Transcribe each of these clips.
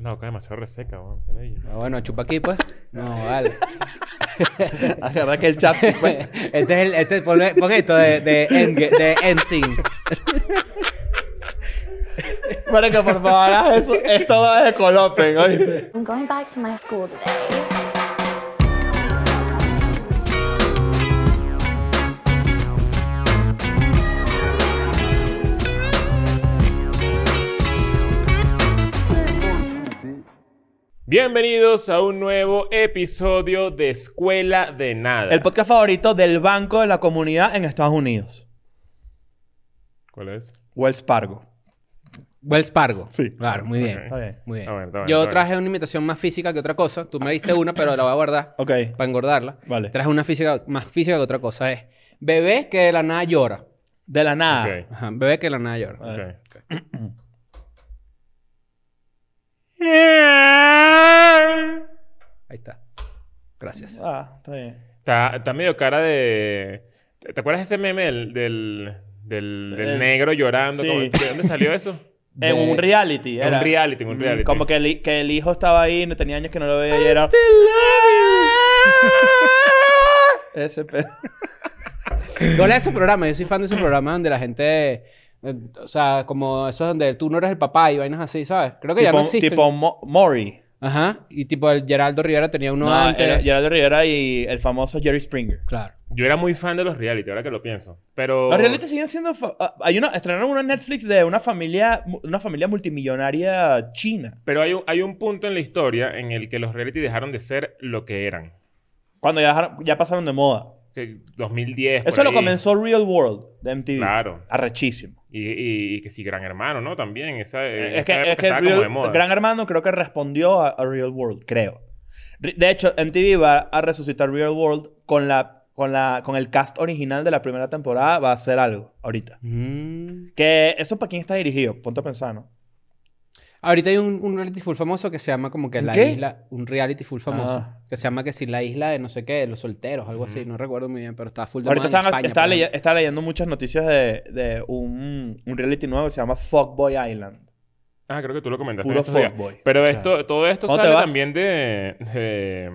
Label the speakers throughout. Speaker 1: No, acá demasiado reseca, weón. Qué ladilla.
Speaker 2: Ah, bueno, chupa aquí, pues. No, vale.
Speaker 3: Agarra Ah, que el chat.
Speaker 2: este es el. Este, pon, pon esto de, de, end, de end scenes.
Speaker 3: Para que por favor, haz eso, esto va de colopen, ¿oíste?
Speaker 4: I'm going back to my school today.
Speaker 1: Bienvenidos a un nuevo episodio de Escuela de Nada.
Speaker 3: El podcast favorito del banco de la comunidad en Estados Unidos.
Speaker 1: ¿Cuál es?
Speaker 3: Wells Fargo.
Speaker 2: Wells Fargo.
Speaker 3: Sí.
Speaker 2: Claro, muy bien.
Speaker 3: Está bien.
Speaker 2: Muy bien.
Speaker 1: Está bien, está bien,
Speaker 2: Yo
Speaker 1: está bien.
Speaker 2: traje una imitación más física que otra cosa. Tú me diste una, pero la voy a guardar
Speaker 3: Ok.
Speaker 2: para engordarla.
Speaker 3: Vale.
Speaker 2: Traje una física más física que otra cosa. Es bebé que de la nada llora.
Speaker 3: De la nada.
Speaker 1: Ok,
Speaker 2: Ajá, bebé que de la nada llora.
Speaker 3: Ah, A ver.
Speaker 1: ok.
Speaker 2: Ahí está. Gracias.
Speaker 3: Ah, está bien.
Speaker 1: Está, está medio cara de. ¿Te te acuerdas de ese meme del, del, del- del
Speaker 3: El-
Speaker 1: negro llorando?
Speaker 3: Sí.
Speaker 1: Como- ¿De dónde salió eso?
Speaker 2: De-
Speaker 3: En un reality.
Speaker 1: En
Speaker 3: era.
Speaker 1: un reality, en un
Speaker 3: Mm,
Speaker 1: reality.
Speaker 3: Como que el, hi- que el hijo estaba ahí, no tenía años que no lo veía y era. Ese pedo.
Speaker 2: Yo leo ese programa, yo soy fan de ese programa donde la gente. eh, o sea, como eso es donde tú no eres el papá y vainas así, ¿sabes? Creo que ya no
Speaker 3: Tipo,
Speaker 2: existe.
Speaker 3: tipo Mo- Mori.
Speaker 2: Ajá. Y tipo el Geraldo Rivera tenía uno
Speaker 3: No,
Speaker 2: antes.
Speaker 3: era Gerardo Rivera y el famoso Jerry Springer.
Speaker 2: Claro.
Speaker 1: Yo era muy fan de los reality, ahora que lo pienso. Pero.
Speaker 3: Los realities siguen siendo. fa- ah, Hay una, estrenaron una en Netflix de una familia, mu- una familia multimillonaria china.
Speaker 1: Pero hay un, hay un punto en la historia en el que los reality dejaron de ser lo que eran.
Speaker 3: Cuando ya, dejaron- ya pasaron de moda.
Speaker 1: Que 2010. por
Speaker 3: Eso lo
Speaker 1: Pues ahí.
Speaker 3: comenzó Real World de MTV.
Speaker 1: Claro.
Speaker 3: Arrechísimo.
Speaker 1: Y, y- y que sí, Gran Hermano, ¿no? También. Esa,
Speaker 3: Es
Speaker 1: esa
Speaker 3: que,
Speaker 1: época
Speaker 3: es que
Speaker 1: estaba como
Speaker 3: Real-
Speaker 1: de moda.
Speaker 3: Gran Hermano creo que respondió a, a Real World, creo. Re- De hecho, MTV va a resucitar Real World con la, con la con el cast original de la primera temporada. Va a hacer algo ahorita.
Speaker 2: Mm.
Speaker 3: Que eso para quién está dirigido, ponte a pensar, ¿no?
Speaker 2: Ahorita hay un, un reality full famoso que se llama como que
Speaker 3: ¿Un
Speaker 2: la
Speaker 3: qué?
Speaker 2: isla. Un reality full famoso.
Speaker 3: Ah.
Speaker 2: Que se llama que si la isla de no sé qué, de los solteros, algo así. No recuerdo muy bien, pero estaba full de moda
Speaker 3: Ahorita
Speaker 2: en
Speaker 3: estaba,
Speaker 2: España, pues.
Speaker 3: estaba
Speaker 2: por
Speaker 3: leye-
Speaker 2: ejemplo.
Speaker 3: estaba leyendo muchas noticias de, de un, un reality nuevo que se llama Fuckboy Island.
Speaker 1: Ah, creo que tú lo comentaste.
Speaker 3: Puro
Speaker 1: en estos días.
Speaker 3: fuckboy.
Speaker 1: Pero esto, todo esto
Speaker 3: ¿Cómo te
Speaker 1: sale
Speaker 3: vas?
Speaker 1: también de, de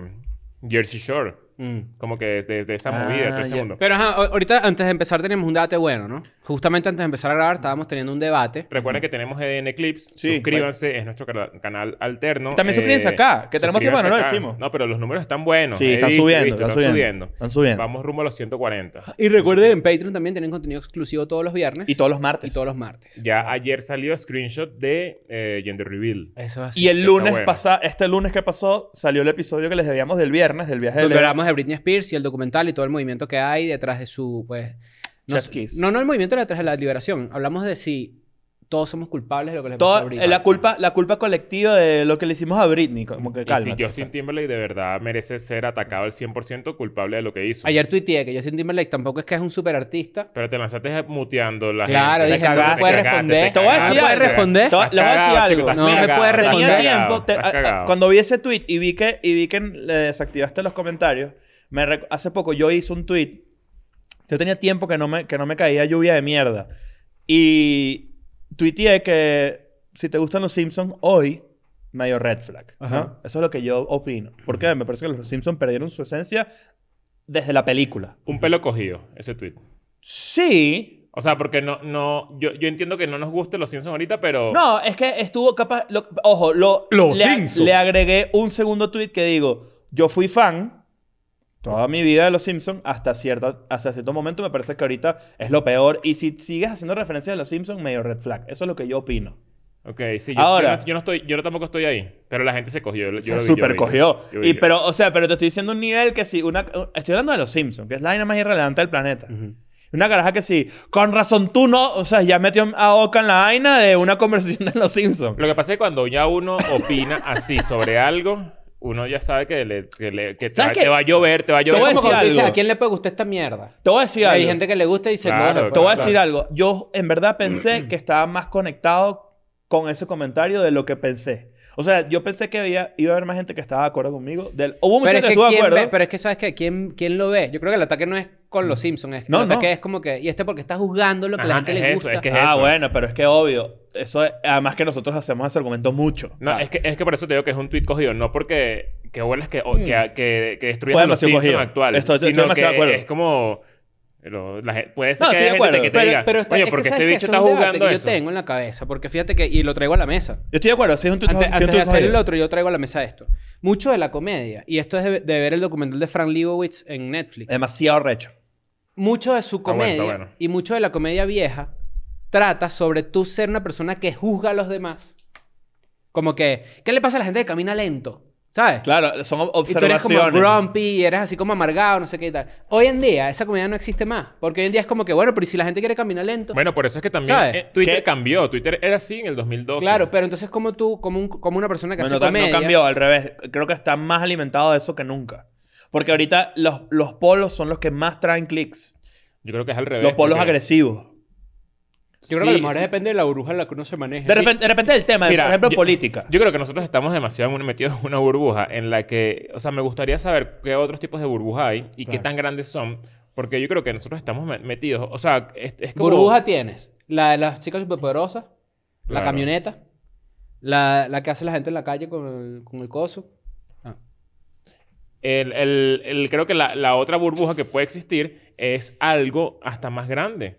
Speaker 1: Jersey Shore.
Speaker 2: Mm.
Speaker 1: Como que desde, desde esa
Speaker 3: Ah,
Speaker 1: movida, todo ese
Speaker 3: ya.
Speaker 1: mundo.
Speaker 2: Pero ajá, a- ahorita antes de empezar teníamos un debate bueno, ¿no? Justamente antes de empezar a grabar estábamos teniendo un debate.
Speaker 1: Recuerden que tenemos EDN Clips.
Speaker 3: Sí,
Speaker 1: suscríbanse, es nuestro cana- canal alterno. eh,
Speaker 3: También suscríbanse acá, que tenemos tiempo,
Speaker 1: suscríbanse
Speaker 3: no lo
Speaker 1: acá.
Speaker 3: decimos.
Speaker 1: No, pero los números están buenos.
Speaker 3: Sí,
Speaker 1: He
Speaker 3: están
Speaker 1: visto, he
Speaker 3: subiendo,
Speaker 1: visto,
Speaker 3: están subiendo, están subiendo.
Speaker 1: Vamos rumbo a los 140.
Speaker 2: Y recuerden, en Patreon también tienen contenido exclusivo todos los viernes.
Speaker 3: Y todos los martes.
Speaker 2: Y todos los martes.
Speaker 1: Ya ayer salió screenshot de eh, Gender Reveal.
Speaker 2: Eso es así.
Speaker 3: Y el
Speaker 1: está
Speaker 3: lunes
Speaker 1: bueno.
Speaker 3: pasado, este lunes que pasó, salió el episodio que les debíamos del viernes, del viaje de
Speaker 2: Donde
Speaker 3: Leo.
Speaker 2: hablamos de Britney Spears y el documental y todo el movimiento que hay detrás de su, pues... No,
Speaker 3: Chef's
Speaker 2: sé-
Speaker 3: kiss.
Speaker 2: no, no el movimiento detrás de la liberación. Hablamos de si todos somos culpables de lo que le pasó a
Speaker 3: Todo-
Speaker 2: Britney.
Speaker 3: eh, la, culpa, la culpa colectiva de lo que le hicimos a Britney. Como que
Speaker 1: Y
Speaker 3: calma.
Speaker 1: si Justin Timberlake de verdad merece ser atacado al 100% culpable de lo que hizo.
Speaker 2: Ayer tuiteé que Justin Timberlake tampoco es que es un superartista.
Speaker 1: Pero te lanzaste muteando la
Speaker 2: Claro,
Speaker 1: gente.
Speaker 2: dije, no me
Speaker 1: cagaste,
Speaker 2: puede
Speaker 1: te cagaste,
Speaker 2: responder.
Speaker 3: Te voy a decir
Speaker 1: cagaste.
Speaker 3: algo.
Speaker 2: responder.
Speaker 3: Te voy-
Speaker 1: Estás
Speaker 3: le voy a decir
Speaker 1: cagado,
Speaker 3: algo.
Speaker 1: chico, estás
Speaker 2: No me
Speaker 1: cagado,
Speaker 2: puede
Speaker 1: estás
Speaker 2: responder.
Speaker 3: Tenía
Speaker 2: Estás
Speaker 3: tiempo. te-
Speaker 1: estás
Speaker 3: a- a-
Speaker 1: cagado.
Speaker 3: cuando vi ese tweet y vi que, y vi que le desactivaste los comentarios, me rec- hace poco yo hice un tweet. Yo tenía tiempo que no me, que no me caía lluvia de mierda. Y tuiteé que si te gustan los Simpsons hoy, medio red flag. ¿no?
Speaker 2: Ajá.
Speaker 3: Eso es lo que yo opino. Porque me parece que los Simpsons perdieron su esencia desde la película.
Speaker 1: Un pelo cogido, ese tweet.
Speaker 3: Sí,
Speaker 1: O sea, porque no, no, yo, yo entiendo que no nos gusten los Simpsons ahorita, pero
Speaker 3: No, es que estuvo capaz. lo- ojo, lo,
Speaker 2: Los
Speaker 3: le, a-
Speaker 2: Simpson.
Speaker 3: le agregué un segundo tweet que digo: Yo fui fan toda mi vida de los Simpsons hasta, cierta, hasta cierto momento. Me parece que ahorita es lo peor. Y si sigues haciendo referencia a los Simpsons, medio red flag. Eso es lo que yo opino.
Speaker 1: Ok, sí, yo, yo
Speaker 3: Ahora.
Speaker 1: no, yo no estoy, yo no tampoco estoy ahí, pero la gente se cogió. Yo,
Speaker 3: Se
Speaker 1: lo vi, yo lo
Speaker 3: super
Speaker 1: vi,
Speaker 3: cogió.
Speaker 1: yo lo
Speaker 3: Y,
Speaker 1: vi.
Speaker 3: pero, o sea, pero te estoy diciendo un nivel que si una. Estoy hablando de los Simpsons, que es la vaina más irrelevante del planeta. Una caraja que sí, con razón tú no, o sea, ya metió a Oca en la vaina de una conversación de los Simpsons.
Speaker 1: Lo que pasa es que cuando ya uno opina así sobre algo, uno ya sabe que, le, que, le- que te,
Speaker 3: ¿Sabes
Speaker 1: va-
Speaker 3: qué?
Speaker 1: te va a llover, te va a llover.
Speaker 3: voy a
Speaker 2: Como
Speaker 3: decir
Speaker 2: cuando tú dices,
Speaker 3: algo.
Speaker 2: ¿a quién le puede gustar esta mierda?
Speaker 3: Te voy a decir algo.
Speaker 2: Hay gente que le gusta y se
Speaker 1: Claro,
Speaker 2: enoja,
Speaker 3: Te
Speaker 1: claro.
Speaker 2: pues.
Speaker 3: voy a decir algo. Yo en verdad pensé que estaba más conectado con ese comentario de lo que pensé. O sea, yo pensé que había, iba a haber más gente que estaba de acuerdo conmigo. Del, hubo mucha
Speaker 2: Pero es
Speaker 3: gente que
Speaker 2: que,
Speaker 3: estuvo de
Speaker 2: ¿quién
Speaker 3: acuerdo.
Speaker 2: ve- pero es que, ¿sabes qué? ¿Quién, ¿Quién lo ve? Yo creo que el ataque no es con los Simpsons. Es,
Speaker 3: No,
Speaker 2: no,
Speaker 3: no.
Speaker 2: que es como que. Y este porque está juzgando lo que la
Speaker 1: Ajá,
Speaker 2: gente
Speaker 1: es
Speaker 2: le
Speaker 1: eso,
Speaker 2: gusta.
Speaker 1: es que es
Speaker 3: ah,
Speaker 1: eso.
Speaker 3: bueno, pero es que obvio. Eso es- además que nosotros hacemos ese argumento mucho.
Speaker 1: No, es que, es que por eso te digo que es un tweet cogido, no porque que bolas que, o- que, que, que destruyan
Speaker 3: Hmm. Fue
Speaker 1: los Simpsons
Speaker 3: demasiado cogido.
Speaker 1: actuales.
Speaker 3: Estoy- estoy-
Speaker 1: sino
Speaker 3: estoy demasiado
Speaker 1: que
Speaker 3: de acuerdo.
Speaker 1: es como. lo- la gen- puede ser
Speaker 3: No,
Speaker 1: que haya
Speaker 3: estoy de
Speaker 1: gente
Speaker 3: acuerdo.
Speaker 1: que te
Speaker 2: Pero,
Speaker 1: diga,
Speaker 2: pero está,
Speaker 1: oye,
Speaker 2: es que
Speaker 1: porque este
Speaker 2: ¿sabes qué?
Speaker 1: bicho
Speaker 2: Eso
Speaker 1: está
Speaker 2: es un debate
Speaker 1: jugando
Speaker 2: que
Speaker 1: eso.
Speaker 2: Yo tengo en la cabeza, porque fíjate que. Y lo traigo a la mesa.
Speaker 3: Yo estoy de acuerdo, sí es un tuit
Speaker 2: Antes,
Speaker 3: sí es un
Speaker 2: antes de
Speaker 3: tuit
Speaker 2: hacer el
Speaker 3: jodido.
Speaker 2: otro, yo traigo a la mesa esto. Mucho de la comedia, y esto es de, de ver el documental de Frank Leibowitz en Netflix.
Speaker 3: Demasiado recho.
Speaker 2: mucho de su
Speaker 1: Em, Está bueno,
Speaker 2: comedia
Speaker 1: está bueno.
Speaker 2: y mucho de la comedia vieja trata sobre tú ser una persona que juzga a los demás. Como que, ¿qué le pasa a la gente que camina lento? ¿Sabes?
Speaker 3: Claro, son ob-
Speaker 2: Y tú eres como
Speaker 3: observaciones.
Speaker 2: grumpy y eres así como amargado, no sé qué y tal. Hoy en día esa comedia no existe más. Porque hoy en día es como que, bueno, pero ¿y si la gente quiere caminar lento?
Speaker 1: Bueno, por eso es que también
Speaker 2: ¿Sabes?
Speaker 1: eh, Twitter
Speaker 3: ¿Qué?
Speaker 1: cambió. Twitter era así en el 2012.
Speaker 2: claro, pero entonces como tú, como, un- como una persona que
Speaker 3: Bueno,
Speaker 2: hace
Speaker 3: ta-
Speaker 2: comedia...
Speaker 3: no cambió, al revés. Creo que está más alimentado de eso que nunca. Porque ahorita los, los polos son los que más traen clics.
Speaker 1: Yo creo que es al revés.
Speaker 3: Los polos
Speaker 1: porque-
Speaker 3: agresivos.
Speaker 2: Yo creo que a
Speaker 1: Sí,
Speaker 2: lo mejor
Speaker 1: sí.
Speaker 2: depende de la burbuja en la que uno se maneje.
Speaker 3: De repente, de repente el tema, de,
Speaker 1: Mira,
Speaker 3: por ejemplo,
Speaker 1: yo-
Speaker 3: política.
Speaker 1: Yo creo que nosotros estamos demasiado en un- metidos en una burbuja en la que, o sea, me gustaría saber qué otros tipos de burbuja hay y qué tan grandes son, porque yo creo que nosotros estamos me- metidos, o sea, es, es como...
Speaker 2: Burbuja tienes. La de las chicas superpoderosas. La
Speaker 1: Claro.
Speaker 2: camioneta. La, la que hace la gente en la calle con el, con el coso. Ah.
Speaker 1: El, el- el- creo que la, la otra burbuja que puede existir es algo hasta más grande.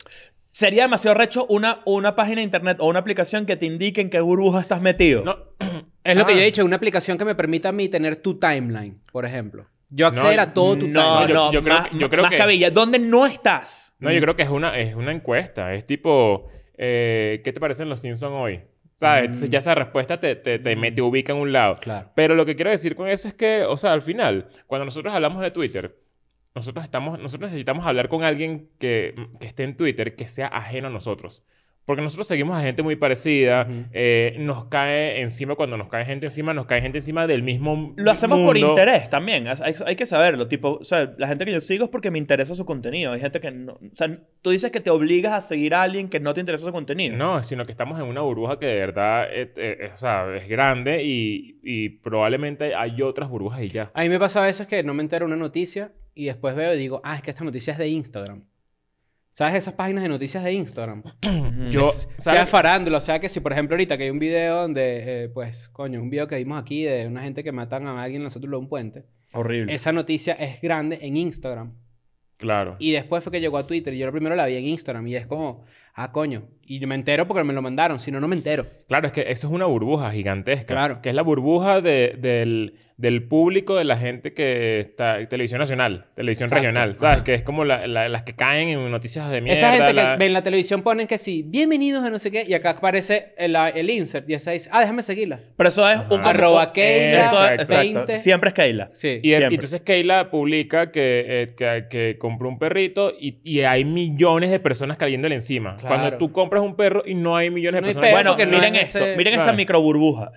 Speaker 3: Sería demasiado recho una, una página de internet o una aplicación que te indique en qué burbuja estás metido.
Speaker 1: No,
Speaker 2: Es lo que
Speaker 1: Ah.
Speaker 2: yo he dicho, una aplicación que me permita a mí tener tu timeline, por ejemplo. Yo acceder
Speaker 1: No,
Speaker 2: a todo tu
Speaker 3: no,
Speaker 2: timeline.
Speaker 1: yo-
Speaker 3: no,
Speaker 1: yo creo
Speaker 3: más,
Speaker 1: que- yo creo
Speaker 3: más
Speaker 1: que-
Speaker 3: cabilla. ¿Dónde no estás?
Speaker 1: no, yo creo que es una, es una encuesta, es tipo, eh, ¿qué te parecen los Simpsons hoy? ¿Sabes?
Speaker 2: Mm.
Speaker 1: Entonces ya esa respuesta te, te, te, me- te ubica en un lado.
Speaker 2: Claro.
Speaker 1: Pero lo que quiero decir con eso es que, o sea, al final, cuando nosotros hablamos de Twitter, nosotros, estamos, nosotros necesitamos hablar con alguien que, mm, que esté en Twitter que sea ajeno a nosotros. Porque nosotros seguimos a gente muy parecida,
Speaker 2: Ujú.
Speaker 1: eh, nos cae encima, cuando nos cae gente encima, nos cae gente encima del mismo
Speaker 3: Lo hacemos por
Speaker 1: mundo.
Speaker 3: interés también. Hay, hay que saberlo. Tipo, o sea, la gente que yo sigo es porque me interesa su contenido. Hay gente que no. O sea, tú dices que te obligas a seguir a alguien que no te interesa su contenido.
Speaker 1: No, sino que estamos en una burbuja que de verdad eh, eh, o sea, es grande y, y probablemente hay otras burbujas y ya.
Speaker 2: A mí me pasa a veces que no me entero una noticia y después veo y digo, ah, es que esta noticia es de Instagram. ¿Sabes esas páginas de noticias de Instagram?
Speaker 1: Yo,
Speaker 2: Pues, Sea
Speaker 1: ¿sabes?
Speaker 2: farándula, o sea que si, por ejemplo, ahorita que hay un video donde, eh, pues, coño, un video que vimos aquí de una gente que matan a alguien lanzándolo de un puente.
Speaker 3: Horrible.
Speaker 2: Esa noticia es grande en Instagram.
Speaker 1: Claro.
Speaker 2: Y después fue que llegó a Twitter. y Yo primero la vi en Instagram y es como, ah, coño. Y me entero porque me lo mandaron, si no, no me entero.
Speaker 1: Claro, es que eso es una burbuja gigantesca.
Speaker 2: Claro.
Speaker 1: Que es la burbuja de- del, del público de la gente que está... Televisión nacional, televisión
Speaker 2: Exacto.
Speaker 1: regional, ¿sabes?
Speaker 2: Ajá.
Speaker 1: Que es como la- la- las que caen en noticias de mierda.
Speaker 2: Esa gente
Speaker 1: la-
Speaker 2: que ve en la televisión ponen que sí, bienvenidos a no sé qué, y acá aparece el, el insert y esa dice, ah, déjame seguirla.
Speaker 3: Pero eso es un.
Speaker 2: Arroba Keila,
Speaker 3: Eso,
Speaker 1: Oh, Exacto.
Speaker 3: exacto.
Speaker 2: 20.
Speaker 3: Siempre es Keila.
Speaker 2: Sí.
Speaker 1: Y, el- y
Speaker 3: Siempre.
Speaker 1: entonces Keila publica que, eh, que, que compró un perrito y, y hay millones de personas cayéndole encima.
Speaker 2: Claro.
Speaker 1: Cuando tú compras un perro y no hay millones de
Speaker 2: No hay
Speaker 1: personas.
Speaker 2: perro
Speaker 1: Bueno,
Speaker 3: Bueno,
Speaker 2: porque no
Speaker 3: miren
Speaker 2: es
Speaker 3: esto.
Speaker 2: ese-
Speaker 3: Miren esta
Speaker 1: claro.
Speaker 3: micro burbuja.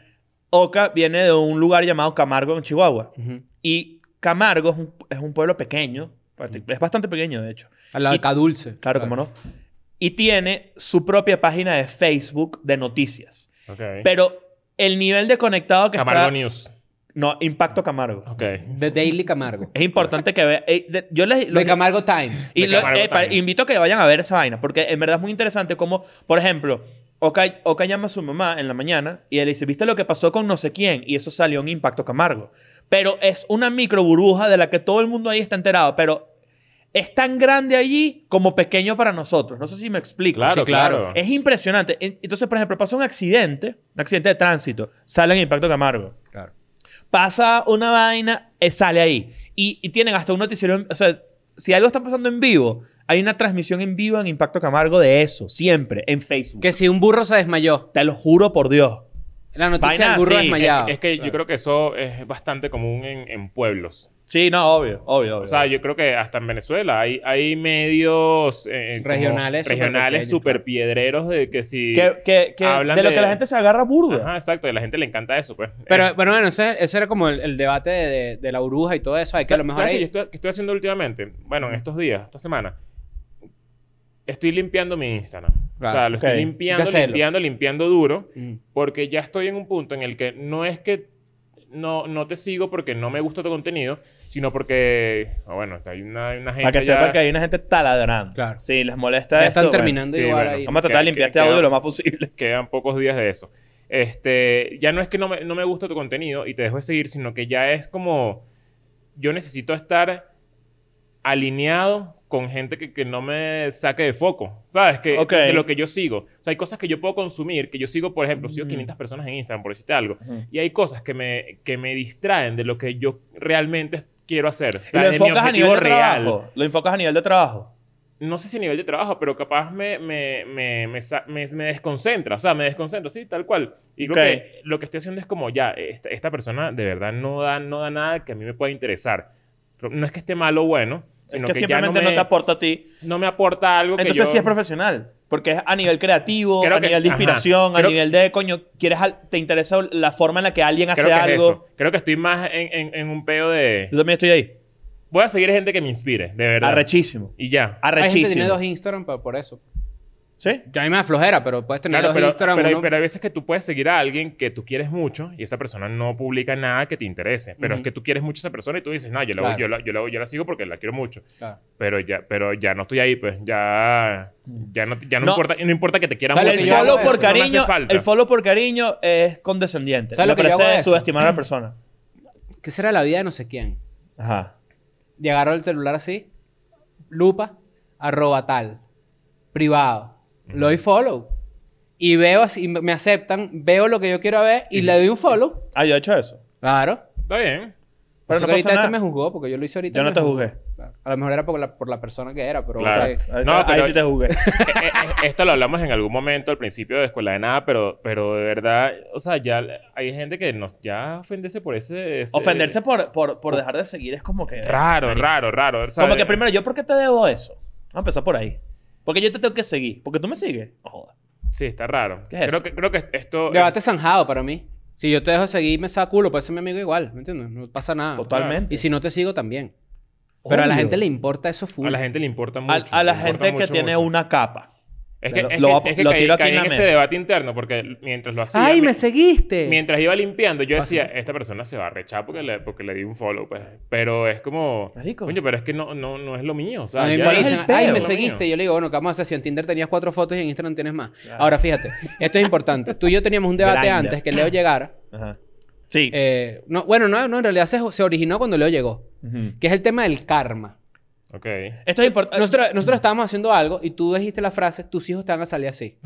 Speaker 3: Oca viene de un lugar llamado Camargo, en Chihuahua.
Speaker 2: Ujú.
Speaker 3: Y Camargo es un, es un pueblo pequeño. parti- Es bastante pequeño, de hecho.
Speaker 2: Al lado
Speaker 3: Y-
Speaker 2: de Cadulce.
Speaker 3: Claro, cómo no. Y tiene su propia página de Facebook de noticias.
Speaker 1: Ok.
Speaker 3: Pero el nivel de conectado que
Speaker 1: Camargo Ah.
Speaker 3: está...
Speaker 1: News.
Speaker 3: No, Impacto Camargo.
Speaker 1: Ok.
Speaker 2: De Daily Camargo.
Speaker 3: Es importante que vean... Yo les...
Speaker 2: De
Speaker 3: los-
Speaker 2: Camargo Times.
Speaker 3: y
Speaker 1: de
Speaker 3: lo-
Speaker 1: Camargo
Speaker 3: eh, pa-
Speaker 1: Times.
Speaker 3: invito a que vayan a ver esa vaina. Porque en verdad es muy interesante como... Por ejemplo, Oka, Oka llama a su mamá en la mañana y le dice... ¿Viste lo que pasó con no sé quién? Y eso salió en Impacto Camargo. Pero es una micro burbuja de la que todo el mundo ahí está enterado. Pero... Es tan grande allí como pequeño para nosotros. No sé si me explico.
Speaker 1: Claro,
Speaker 2: Sí, claro.
Speaker 1: claro.
Speaker 3: Es impresionante. En- Entonces, por ejemplo, pasa un accidente, un accidente de tránsito, sale en Impacto Camargo.
Speaker 2: Claro.
Speaker 3: Pasa una vaina, eh, sale ahí. Y, y tienen hasta un noticiero, en- o sea, si algo está pasando en vivo, hay una transmisión en vivo en Impacto Camargo de eso, siempre, en Facebook.
Speaker 2: Que si un burro se desmayó.
Speaker 3: Te lo juro por Dios.
Speaker 2: La noticia
Speaker 3: Vaina,
Speaker 2: del burro
Speaker 3: sí,
Speaker 2: desmayado.
Speaker 1: Es que yo creo que eso es bastante común en- en pueblos.
Speaker 3: Sí, no, obvio, obvio, obvio.
Speaker 1: O sea, yo creo que hasta en Venezuela hay, hay medios eh, como
Speaker 2: Regionales súper
Speaker 1: regionales
Speaker 2: pequeños,
Speaker 1: super piedreros de que si
Speaker 3: que, que- que
Speaker 1: hablan
Speaker 3: de lo
Speaker 1: de-
Speaker 3: que la gente se agarra burda.
Speaker 1: Ajá, exacto, y a la gente le encanta eso, pues.
Speaker 2: Pero
Speaker 1: Eh,
Speaker 2: bueno, bueno, ese, ese era como el, el debate de, de- de la burbuja y todo eso. Hay que a lo
Speaker 1: ¿sabes
Speaker 2: mejor
Speaker 1: qué
Speaker 2: ahí-
Speaker 1: yo estoy, qué estoy haciendo últimamente? Bueno, en estos días, esta semana, estoy limpiando mi Instagram. O sea,
Speaker 2: Claro,
Speaker 1: lo
Speaker 3: Ah, ok.
Speaker 1: estoy limpiando,
Speaker 2: Hay que hacerlo.
Speaker 1: limpiando, limpiando duro,
Speaker 2: Mm.
Speaker 1: porque ya estoy en un punto en el que no es que no, no te sigo porque no me gusta tu contenido, sino porque, ah, bueno, hay una, hay una gente
Speaker 3: Para que
Speaker 1: ya-
Speaker 3: sepan que hay una gente taladrando.
Speaker 2: Claro.
Speaker 3: Sí, les molesta
Speaker 2: Ya
Speaker 3: esto.
Speaker 2: están
Speaker 3: bueno,
Speaker 2: terminando
Speaker 1: sí,
Speaker 2: igual
Speaker 1: bueno.
Speaker 2: ahí.
Speaker 3: Vamos a tratar de
Speaker 1: Que-
Speaker 3: limpiar
Speaker 1: que-
Speaker 3: este
Speaker 1: que-
Speaker 3: audio lo más posible.
Speaker 1: quedan pocos días de eso. Este, ya no es que no me, no me gusta tu contenido y te dejo de seguir, sino que ya es como yo necesito estar alineado con gente que, que no me saque de foco, ¿sabes? Que
Speaker 3: Ok.
Speaker 1: de lo que yo sigo. O sea, hay cosas que yo puedo consumir, que yo sigo, por ejemplo,
Speaker 3: Mm.
Speaker 1: sigo 500 personas en Instagram, por decirte algo. Y hay cosas que me, que me distraen de lo que yo realmente quiero hacer. O
Speaker 3: Y
Speaker 1: sea,
Speaker 3: lo
Speaker 1: de mi
Speaker 3: enfocas a nivel
Speaker 1: objetivo
Speaker 3: de
Speaker 1: real
Speaker 3: trabajo. Lo enfocas a nivel de trabajo.
Speaker 1: no sé si a nivel de trabajo, pero capaz me, me, me, me, sa- me- me desconcentra. O sea, me desconcentra, sí, tal cual. Y creo
Speaker 3: Ok.
Speaker 1: que lo que estoy haciendo es como, ya, esta, esta persona de verdad no da, no da nada que a mí me pueda interesar. No es que esté malo o bueno,
Speaker 3: Es
Speaker 1: sino
Speaker 3: que
Speaker 1: que, ya no
Speaker 3: simplemente
Speaker 1: me,
Speaker 3: no te aporta a ti.
Speaker 1: no me aporta algo que
Speaker 3: Entonces
Speaker 1: yo...
Speaker 3: sí es profesional. Porque es a nivel creativo,
Speaker 1: Creo
Speaker 3: a
Speaker 1: que-
Speaker 3: nivel de
Speaker 1: ajá.
Speaker 3: inspiración, a
Speaker 1: Creo-
Speaker 3: nivel de coño, quieres al- te interesa la forma en la que alguien hace
Speaker 1: Creo que es
Speaker 3: algo.
Speaker 1: eso. Creo que estoy más en, en- en un peo de...
Speaker 3: Yo también estoy ahí.
Speaker 1: Voy a seguir gente que me inspire, de verdad.
Speaker 3: Arrechísimo.
Speaker 1: Y ya.
Speaker 2: Hay gente que tiene
Speaker 3: Arrechísimo.
Speaker 2: dos Instagram pa- por eso.
Speaker 3: ¿Sí?
Speaker 2: Yo a mí me da flojera, pero puedes tener
Speaker 1: Claro,
Speaker 2: dos
Speaker 1: pero,
Speaker 2: Instagram.
Speaker 1: pero, hay-
Speaker 2: uno-
Speaker 1: pero hay veces que tú puedes seguir a alguien que tú quieres mucho y esa persona no publica nada que te interese. Pero
Speaker 2: Ujú.
Speaker 1: es que tú quieres mucho a esa persona y tú dices, no, yo la, voy-
Speaker 2: Claro.
Speaker 1: yo, la, yo, la, yo la sigo porque la quiero mucho.
Speaker 2: Claro.
Speaker 1: Pero ya, pero ya no estoy ahí, pues. Ya, ya no, ya no,
Speaker 3: No.
Speaker 1: Importa, no importa que te quieran
Speaker 2: O sea, lo
Speaker 1: mucho.
Speaker 2: que
Speaker 3: el
Speaker 2: yo hago
Speaker 3: follow
Speaker 2: es-
Speaker 3: por
Speaker 2: no me
Speaker 1: hace
Speaker 3: cariño,
Speaker 1: falta.
Speaker 3: el follow por cariño es condescendiente.
Speaker 2: ¿Sabes
Speaker 3: Me
Speaker 2: lo que yo
Speaker 3: parece
Speaker 2: hago de eso?
Speaker 3: subestimar a la persona.
Speaker 2: ¿Qué será la vida de no sé quién?
Speaker 3: Ajá.
Speaker 2: Y agarro el celular así, lupa, arroba tal, privado. Le doy follow. Y veo así, y me me aceptan, veo lo que yo quiero ver y le doy un follow.
Speaker 3: Ah, yo he hecho eso.
Speaker 2: Claro.
Speaker 1: Está bien.
Speaker 2: Pero
Speaker 3: Pero no pasa
Speaker 2: ahorita
Speaker 3: nada.
Speaker 2: este me juzgó porque yo lo hice ahorita.
Speaker 3: Yo
Speaker 2: y
Speaker 3: no
Speaker 2: me
Speaker 3: te
Speaker 2: juzgó.
Speaker 3: juzgué.
Speaker 2: Claro. A lo mejor era por la, por la persona que era, pero.
Speaker 1: Claro.
Speaker 2: o sea,
Speaker 3: Ahí,
Speaker 1: No,
Speaker 3: está- ahí
Speaker 1: pero-
Speaker 3: sí te juzgué.
Speaker 1: Eh, eh, eh, Esto lo hablamos en algún momento al principio de Escuela de Nada, pero, pero de verdad, o sea, ya hay gente que nos, ya ofenderse por ese... ese-
Speaker 3: Ofenderse por, por, por dejar de seguir es como que...
Speaker 1: Raro,
Speaker 3: Marico.
Speaker 1: raro, raro. O sea,
Speaker 3: Como que primero, ¿yo por qué te debo eso? Vamos a empezar por ahí. Porque yo te tengo que seguir. Porque tú me sigues. No jodas.
Speaker 1: Sí, está raro.
Speaker 3: ¿Qué es
Speaker 1: creo,
Speaker 3: eso?
Speaker 1: que, creo que esto...
Speaker 2: Debate zanjado para mí. Si yo te dejo seguir, me saca culo, puede ser mi amigo igual, ¿me entiendes? No pasa nada. Ah,
Speaker 3: Totalmente.
Speaker 2: Y si no te sigo, también. Pero a la
Speaker 3: Obvio.
Speaker 2: gente le importa eso full.
Speaker 1: A la gente le importa
Speaker 3: A,
Speaker 1: mucho.
Speaker 3: a la
Speaker 1: le importa
Speaker 3: gente que
Speaker 1: mucho,
Speaker 3: tiene
Speaker 1: mucho.
Speaker 3: una capa.
Speaker 1: Es que,
Speaker 3: Lo-
Speaker 1: es
Speaker 3: lo-
Speaker 1: que, es que
Speaker 3: lo
Speaker 1: caí,
Speaker 3: tiro aquí
Speaker 1: caí
Speaker 3: en
Speaker 1: en,
Speaker 3: la
Speaker 1: ese
Speaker 3: mesa.
Speaker 1: debate interno porque mientras lo hacía...
Speaker 2: ¡Ay,
Speaker 1: mi-
Speaker 2: me Ah, seguiste!
Speaker 1: Mientras iba limpiando, yo decía, esta persona se va a rechar porque le, porque le di un follow, pues. Pero es como...
Speaker 3: Marico.
Speaker 1: Coño, pero es que no, no, no es lo mío. O sea,
Speaker 2: A mí
Speaker 1: ya- "Ah,
Speaker 2: me
Speaker 3: es
Speaker 2: dicen,
Speaker 3: el pedo?
Speaker 2: ay, me
Speaker 1: Lo
Speaker 2: seguiste.
Speaker 1: mío.
Speaker 2: Y yo le digo, bueno, ¿qué vamos a hacer? Si en Tinder tenías cuatro fotos y en Instagram tienes más. Ahora, fíjate, esto es importante. Tú y yo teníamos un debate
Speaker 3: Grindr.
Speaker 2: antes que Leo llegara.
Speaker 3: Ajá. Sí.
Speaker 2: Eh, no, bueno, no, no, en realidad se, se originó cuando Leo llegó.
Speaker 3: Ujú.
Speaker 2: Que es el tema del karma.
Speaker 1: Ok.
Speaker 3: Esto es importante.
Speaker 2: Nosotros, nosotros estábamos haciendo algo y tú dijiste la frase, tus hijos te van a salir así.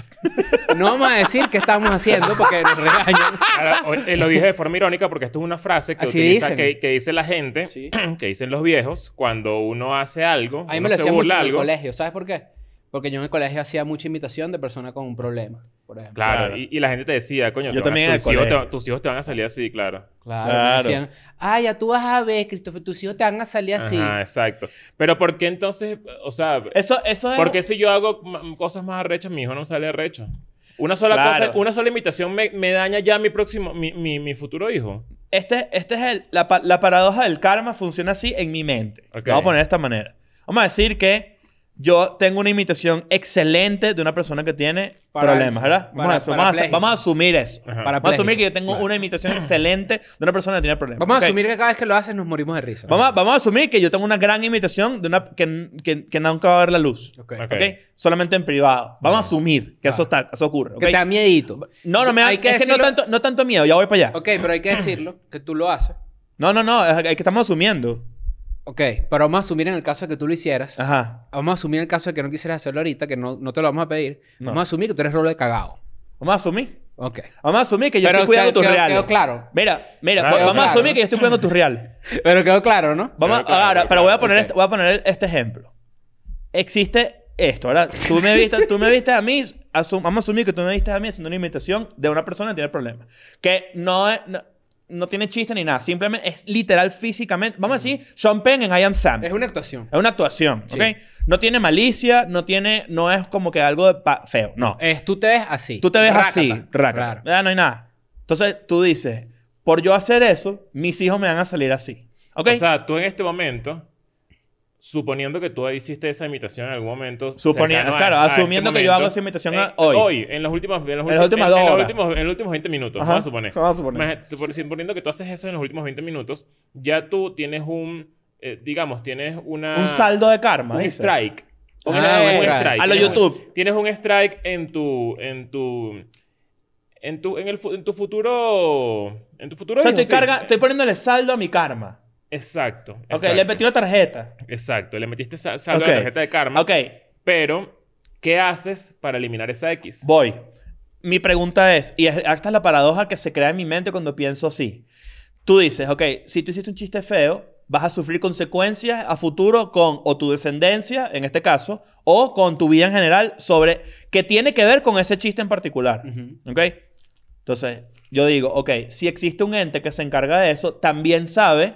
Speaker 2: No vamos a decir qué estábamos haciendo porque nos regañan.
Speaker 1: Ahora, o- eh, lo dije de forma irónica porque esto es una frase que,
Speaker 2: Así
Speaker 1: utiliza-
Speaker 2: dicen.
Speaker 1: que, que dice la gente,
Speaker 2: Sí.
Speaker 1: que dicen los viejos, cuando uno hace algo,
Speaker 2: A mí
Speaker 1: uno
Speaker 2: me lo
Speaker 1: se
Speaker 2: hacían mucho
Speaker 1: burla
Speaker 2: en el
Speaker 1: algo.
Speaker 2: colegio. ¿Sabes por qué? Porque yo en el colegio hacía mucha imitación de personas con un problema, por ejemplo.
Speaker 1: Claro,
Speaker 3: Claro.
Speaker 1: Y, y la gente te decía, coño, te
Speaker 3: Yo
Speaker 1: van a-
Speaker 3: también en el
Speaker 1: tus, hijos te,
Speaker 3: colegio.
Speaker 1: van- tus hijos te van a salir así, claro.
Speaker 2: Claro.
Speaker 3: Claro.
Speaker 2: Me decían, ah, ya tú vas a ver, Christopher, tus hijos te van a salir así.
Speaker 1: Ajá, exacto. Pero ¿por qué entonces, o sea,
Speaker 3: Eso, eso es...
Speaker 1: por qué si yo hago ma- cosas más arrechas, mi hijo no sale arrecho? Una sola
Speaker 3: Claro.
Speaker 1: cosa, una sola imitación me, me daña ya mi próximo, mi, mi, mi futuro hijo.
Speaker 3: Este, este es el, la, pa- la paradoja del karma funciona así en mi mente.
Speaker 1: Ok.
Speaker 3: Lo voy a poner de esta manera. Vamos a decir que yo tengo una imitación excelente de una persona que tiene
Speaker 2: Para-
Speaker 3: problemas, ¿verdad? Vamos,
Speaker 2: para-
Speaker 3: a, vamos a-
Speaker 2: parapléjico.
Speaker 3: vamos a asumir eso.
Speaker 1: Ajá.
Speaker 2: Para-
Speaker 3: Vamos a asumir
Speaker 2: Parapléjico.
Speaker 3: que yo tengo una imitación excelente de una persona que tiene problemas.
Speaker 2: Vamos
Speaker 3: Ok.
Speaker 2: a asumir que cada vez que lo haces nos morimos de risa.
Speaker 3: Vamos, a- vamos a asumir que yo tengo una gran imitación de una que, que, que nunca va a ver la luz.
Speaker 2: Ok.
Speaker 1: Ok.
Speaker 3: ¿Ok? Solamente en privado. Vamos a asumir que eso, está, eso ocurre. ¿ok?
Speaker 2: Que te da miedito.
Speaker 3: No, no me da-
Speaker 2: Hay que
Speaker 3: es que no
Speaker 2: decirlo-
Speaker 3: tanto, no tanto miedo. Ya voy para allá.
Speaker 2: Ok, pero hay que decirlo, que tú lo haces.
Speaker 3: No, no, no. Es es que estamos asumiendo.
Speaker 2: Ok, pero vamos a asumir en el caso de que tú lo hicieras.
Speaker 3: Ajá.
Speaker 2: Vamos a asumir en el caso de que no quisieras hacerlo ahorita, que no, no te lo vamos a pedir.
Speaker 3: No.
Speaker 2: Vamos a asumir que tú eres rolo de cagado.
Speaker 3: Vamos a asumir.
Speaker 2: Ok.
Speaker 3: Vamos a asumir que yo
Speaker 2: Pero
Speaker 3: estoy cuidando
Speaker 2: quedó-
Speaker 3: tus
Speaker 2: quedó-
Speaker 3: reales.
Speaker 2: quedó claro.
Speaker 3: Mira, mira,
Speaker 1: Claro,
Speaker 3: va- vamos a
Speaker 1: claro.
Speaker 3: asumir que yo estoy cuidando tus reales.
Speaker 2: Pero quedó claro, ¿no?
Speaker 3: Vamos a-
Speaker 1: Claro, claro,
Speaker 3: ahora,
Speaker 1: claro,
Speaker 3: pero voy a poner
Speaker 1: ok.
Speaker 3: este, voy a poner este ejemplo. Existe esto, ¿verdad? Tú me viste, tú me viste a mí, asum- vamos a asumir que tú me viste a mí haciendo una imitación de una persona que tiene problemas, que no es- no, no tiene chiste ni nada, simplemente es literal físicamente, vamos a decir, Sean Penn en I Am Sam.
Speaker 2: Es una actuación.
Speaker 3: Es una actuación, ¿ok? No tiene malicia, no tiene, no es como que algo de pa- feo, no.
Speaker 2: Es, tú te ves así.
Speaker 3: Tú te ves
Speaker 2: Rácata.
Speaker 3: así, rácata.
Speaker 2: Claro.
Speaker 3: Ya no hay nada. Entonces tú dices, por yo hacer eso, mis hijos me van a salir así. ¿Ok?
Speaker 1: O sea, tú en este momento suponiendo que tú hiciste esa imitación en algún momento.
Speaker 3: Suponiendo,
Speaker 1: cercano a-
Speaker 3: claro,
Speaker 1: a este eh,
Speaker 3: asumiendo que yo hago esa imitación a- hoy.
Speaker 1: Hoy, en los últimos, en los
Speaker 3: En las
Speaker 1: últimos-
Speaker 3: últimas
Speaker 1: en-
Speaker 3: dos
Speaker 1: en los
Speaker 3: horas.
Speaker 1: últimos- en los últimos 20 minutos,
Speaker 3: Ajá.
Speaker 1: vamos a suponer.
Speaker 3: Vamos a suponer.
Speaker 1: Imagínate, supon- Suponiendo que tú haces eso en los últimos 20 minutos, ya tú tienes un, eh, digamos, tienes una...
Speaker 3: Un saldo de karma,
Speaker 1: Un
Speaker 3: dice.
Speaker 1: strike.
Speaker 2: Ah,
Speaker 1: Una-
Speaker 2: un
Speaker 1: un
Speaker 2: strike.
Speaker 1: strike.
Speaker 3: A lo
Speaker 1: Tienes un-
Speaker 3: YouTube.
Speaker 1: Tienes un strike en tu... En tu en tu, en, el, fu- en tu futuro... En tu futuro...
Speaker 3: O sea,
Speaker 1: hijo,
Speaker 3: estoy,
Speaker 1: sí.
Speaker 3: carga- estoy poniéndole saldo a mi karma.
Speaker 1: Exacto.
Speaker 3: Ok,
Speaker 1: exacto.
Speaker 3: le metí una tarjeta.
Speaker 1: Exacto, le metiste sa- saldo a
Speaker 3: Ok.
Speaker 1: la tarjeta de karma.
Speaker 3: Ok,
Speaker 1: Pero, ¿qué haces para eliminar esa X?
Speaker 3: voy. Mi pregunta es, y es- esta es la paradoja que se crea en mi mente cuando pienso así. Tú dices, ok, si tú hiciste un chiste feo, vas a sufrir consecuencias a futuro con o tu descendencia, en este caso, o con tu vida en general sobre que tiene que ver con ese chiste en particular. ¿Ok? Entonces, yo digo, ok, si existe un ente que se encarga de eso, también sabe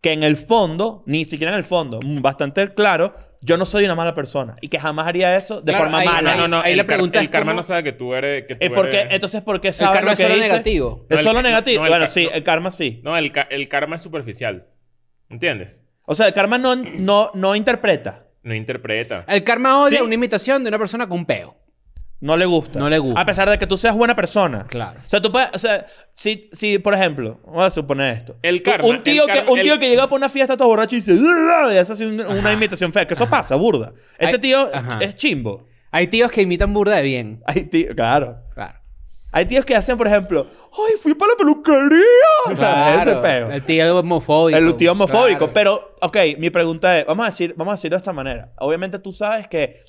Speaker 3: que en el fondo, ni siquiera en el fondo, mm, bastante claro, yo no soy una mala persona y que jamás haría eso de
Speaker 2: Claro,
Speaker 3: forma
Speaker 2: ahí-
Speaker 3: mala.
Speaker 2: ahí- ahí
Speaker 1: el
Speaker 2: la
Speaker 1: car-
Speaker 2: pregunta
Speaker 1: el
Speaker 2: es
Speaker 1: karma
Speaker 2: cómo-
Speaker 1: no sabe que tú eres... Que tú
Speaker 3: Eh, ¿por qué?
Speaker 1: eres-
Speaker 3: Entonces, ¿por qué sabe
Speaker 2: karma
Speaker 3: lo
Speaker 2: es
Speaker 3: que
Speaker 2: solo
Speaker 3: dice?
Speaker 2: negativo.
Speaker 3: ¿Es
Speaker 1: No, el-
Speaker 3: solo
Speaker 1: no,
Speaker 3: negativo?
Speaker 1: no, el
Speaker 3: bueno,
Speaker 1: ca-
Speaker 3: sí,
Speaker 1: no.
Speaker 3: el karma sí.
Speaker 1: No, el, ca- el karma es superficial. ¿Entiendes?
Speaker 3: O sea, el karma no, no, no interpreta.
Speaker 1: No interpreta.
Speaker 2: El karma odia
Speaker 3: Sí.
Speaker 2: una imitación de una persona con un peo.
Speaker 3: No le gusta.
Speaker 2: No le gusta.
Speaker 3: A pesar de que tú seas buena persona.
Speaker 2: Claro.
Speaker 3: O sea, tú puedes... O sea, si, si por ejemplo, vamos a suponer esto.
Speaker 1: El
Speaker 3: Tú-
Speaker 1: karma,
Speaker 3: Un tío,
Speaker 1: el
Speaker 3: que,
Speaker 1: karma,
Speaker 3: un tío
Speaker 1: el-
Speaker 3: que llega por una fiesta todo borracho y dice... "Urra", Y hace así un- una imitación fea. Que eso pasa, burda. Ese
Speaker 2: Ay,
Speaker 3: tío
Speaker 2: ajá.
Speaker 3: es chimbo.
Speaker 2: Hay tíos que imitan burda de bien.
Speaker 3: Hay tío, claro.
Speaker 2: Claro.
Speaker 3: Hay tíos que hacen, por ejemplo... ¡Ay, fui para la peluquería! O sea, ese
Speaker 2: Claro,
Speaker 3: peo.
Speaker 2: El tío homofóbico.
Speaker 3: El tío
Speaker 2: Claro.
Speaker 3: homofóbico. Pero, ok, mi pregunta es, vamos a decir, vamos a decirlo de esta manera. Obviamente tú sabes que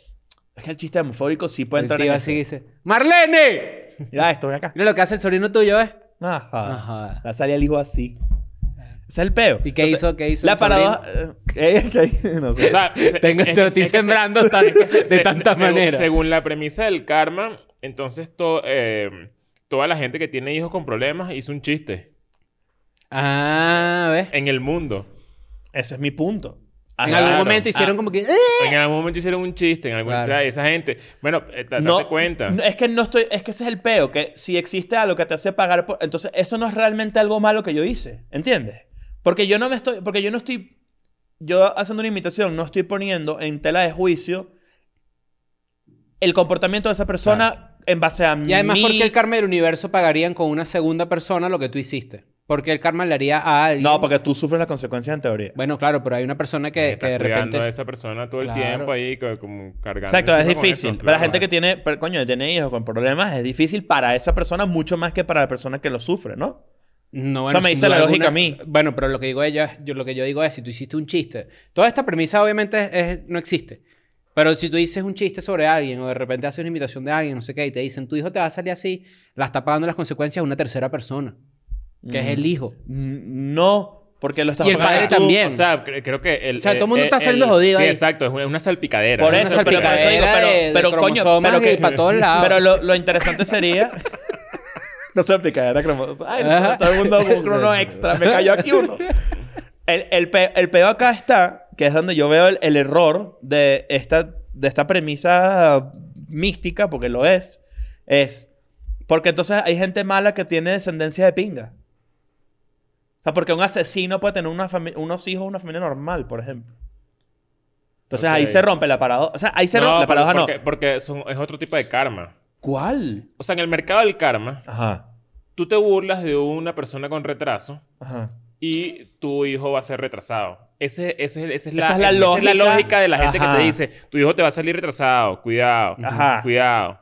Speaker 3: es que el chiste homofóbico sí puede
Speaker 2: El
Speaker 3: entrar
Speaker 2: tío
Speaker 3: en
Speaker 2: así
Speaker 3: eso.
Speaker 2: dice: ¡Marlene!
Speaker 3: Mira esto, ven acá.
Speaker 2: Mira lo que hace el sobrino tuyo, ¿ves?
Speaker 3: Ajá.
Speaker 2: No jodas.
Speaker 3: La salía el hijo así. Ese es el peo.
Speaker 2: ¿Y qué hizo? ¿Qué hizo
Speaker 3: La
Speaker 2: el sobrino?
Speaker 3: paradoja. eh, ¿Qué? ¿Qué? No sé.
Speaker 1: O sea, se-
Speaker 2: Tengo-
Speaker 1: es-
Speaker 2: te lo
Speaker 1: es
Speaker 2: estoy
Speaker 1: que se-
Speaker 2: sembrando
Speaker 1: es
Speaker 2: tan-
Speaker 1: que se-
Speaker 2: de
Speaker 1: se-
Speaker 2: tantas
Speaker 1: según-
Speaker 2: maneras.
Speaker 1: Según la premisa del karma, entonces to- eh, toda la gente que tiene hijos con problemas hizo un chiste
Speaker 2: Ah, ¿ves?
Speaker 1: en el mundo.
Speaker 3: Ese es mi punto.
Speaker 2: En
Speaker 1: Claro.
Speaker 2: algún momento hicieron como que. "Eh".
Speaker 1: En algún momento hicieron un chiste, en algún
Speaker 2: Claro.
Speaker 1: o sea, esa gente. Bueno, eh, da- date cuenta.
Speaker 3: no, es que no estoy, es que ese es el peo, que si existe algo que te hace pagar por, entonces eso no es realmente algo malo que yo hice, ¿entiendes? Porque yo no me estoy, porque yo no estoy, yo haciendo una imitación, no estoy poniendo en tela de juicio el comportamiento de esa persona en base a mí.
Speaker 2: Y además, ¿por qué el karma del universo pagarían con una segunda persona lo que tú hiciste? Porque el karma le haría a alguien.
Speaker 3: No, porque tú sufres las consecuencias en teoría.
Speaker 2: Bueno, claro, pero hay una persona que, que
Speaker 1: Estás
Speaker 2: de
Speaker 1: cuidando a
Speaker 2: repente.
Speaker 1: esa persona todo el
Speaker 2: Claro.
Speaker 1: tiempo ahí, co- como cargando.
Speaker 3: Exacto, es
Speaker 1: encima con
Speaker 3: difícil.
Speaker 1: eso,
Speaker 3: para la
Speaker 1: claro.
Speaker 3: gente que tiene, pero, coño, que tiene hijos con problemas, es difícil para esa persona mucho más que para la persona que lo sufre, ¿no?
Speaker 2: No,
Speaker 3: O sea, me
Speaker 2: sin
Speaker 3: dice la
Speaker 2: duda
Speaker 3: lógica a mí.
Speaker 2: Bueno, pero lo que digo ella, yo lo que yo digo es, si tú hiciste un chiste, toda esta premisa obviamente es- es- no existe. Pero si tú dices un chiste sobre alguien o de repente haces una imitación de alguien, no sé qué, y te dicen, tu hijo te va a salir así, la está pagando las consecuencias una tercera persona, que es
Speaker 3: Mm.
Speaker 2: el hijo.
Speaker 3: Mm, No, porque lo estás
Speaker 2: Y el
Speaker 3: pagando
Speaker 2: padre
Speaker 3: tú.
Speaker 2: también.
Speaker 1: O sea, cre- creo que el.
Speaker 2: O sea, todo el mundo está
Speaker 1: saliendo
Speaker 2: saliendo jodido
Speaker 1: Sí,
Speaker 2: ahí.
Speaker 1: exacto, es una, es una salpicadera.
Speaker 3: Por
Speaker 1: Es
Speaker 3: eso,
Speaker 2: una
Speaker 3: pero por eso digo,
Speaker 2: salpicadera
Speaker 3: pero,
Speaker 2: de- de
Speaker 3: pero coño,
Speaker 2: cromosomas
Speaker 3: pero
Speaker 2: y pa' todos lados.
Speaker 3: Pero lo, lo interesante sería. no se aplica, era cromosoma. Ay, no,
Speaker 2: Ajá.
Speaker 3: todo el mundo con uno extra, me cayó aquí uno. El, el, pe- el peo acá está, que es donde yo veo el, el error de esta, de esta premisa mística, porque lo es, es. Porque entonces hay gente mala que tiene descendencia de pinga. O sea, porque un asesino puede tener una fami- unos hijos, una familia normal, por ejemplo. Entonces ahí
Speaker 1: Ok.
Speaker 3: se rompe la paradoja. O sea, ahí se rompe
Speaker 1: por-
Speaker 3: la paradoja, no.
Speaker 1: porque, Porque son- es otro tipo de karma.
Speaker 3: ¿Cuál?
Speaker 1: O sea, en el mercado del karma,
Speaker 3: Ajá.
Speaker 1: tú te burlas de una persona con retraso
Speaker 3: Ajá.
Speaker 1: y tu hijo va a ser retrasado. Ese, ese, ese es la,
Speaker 3: Esa es
Speaker 1: ese- esa
Speaker 3: la
Speaker 1: es la
Speaker 3: lógica.
Speaker 1: lógica de la gente
Speaker 3: Ajá.
Speaker 1: que te dice, tu hijo te va a salir retrasado, cuidado,
Speaker 3: Ajá.
Speaker 1: cuidado.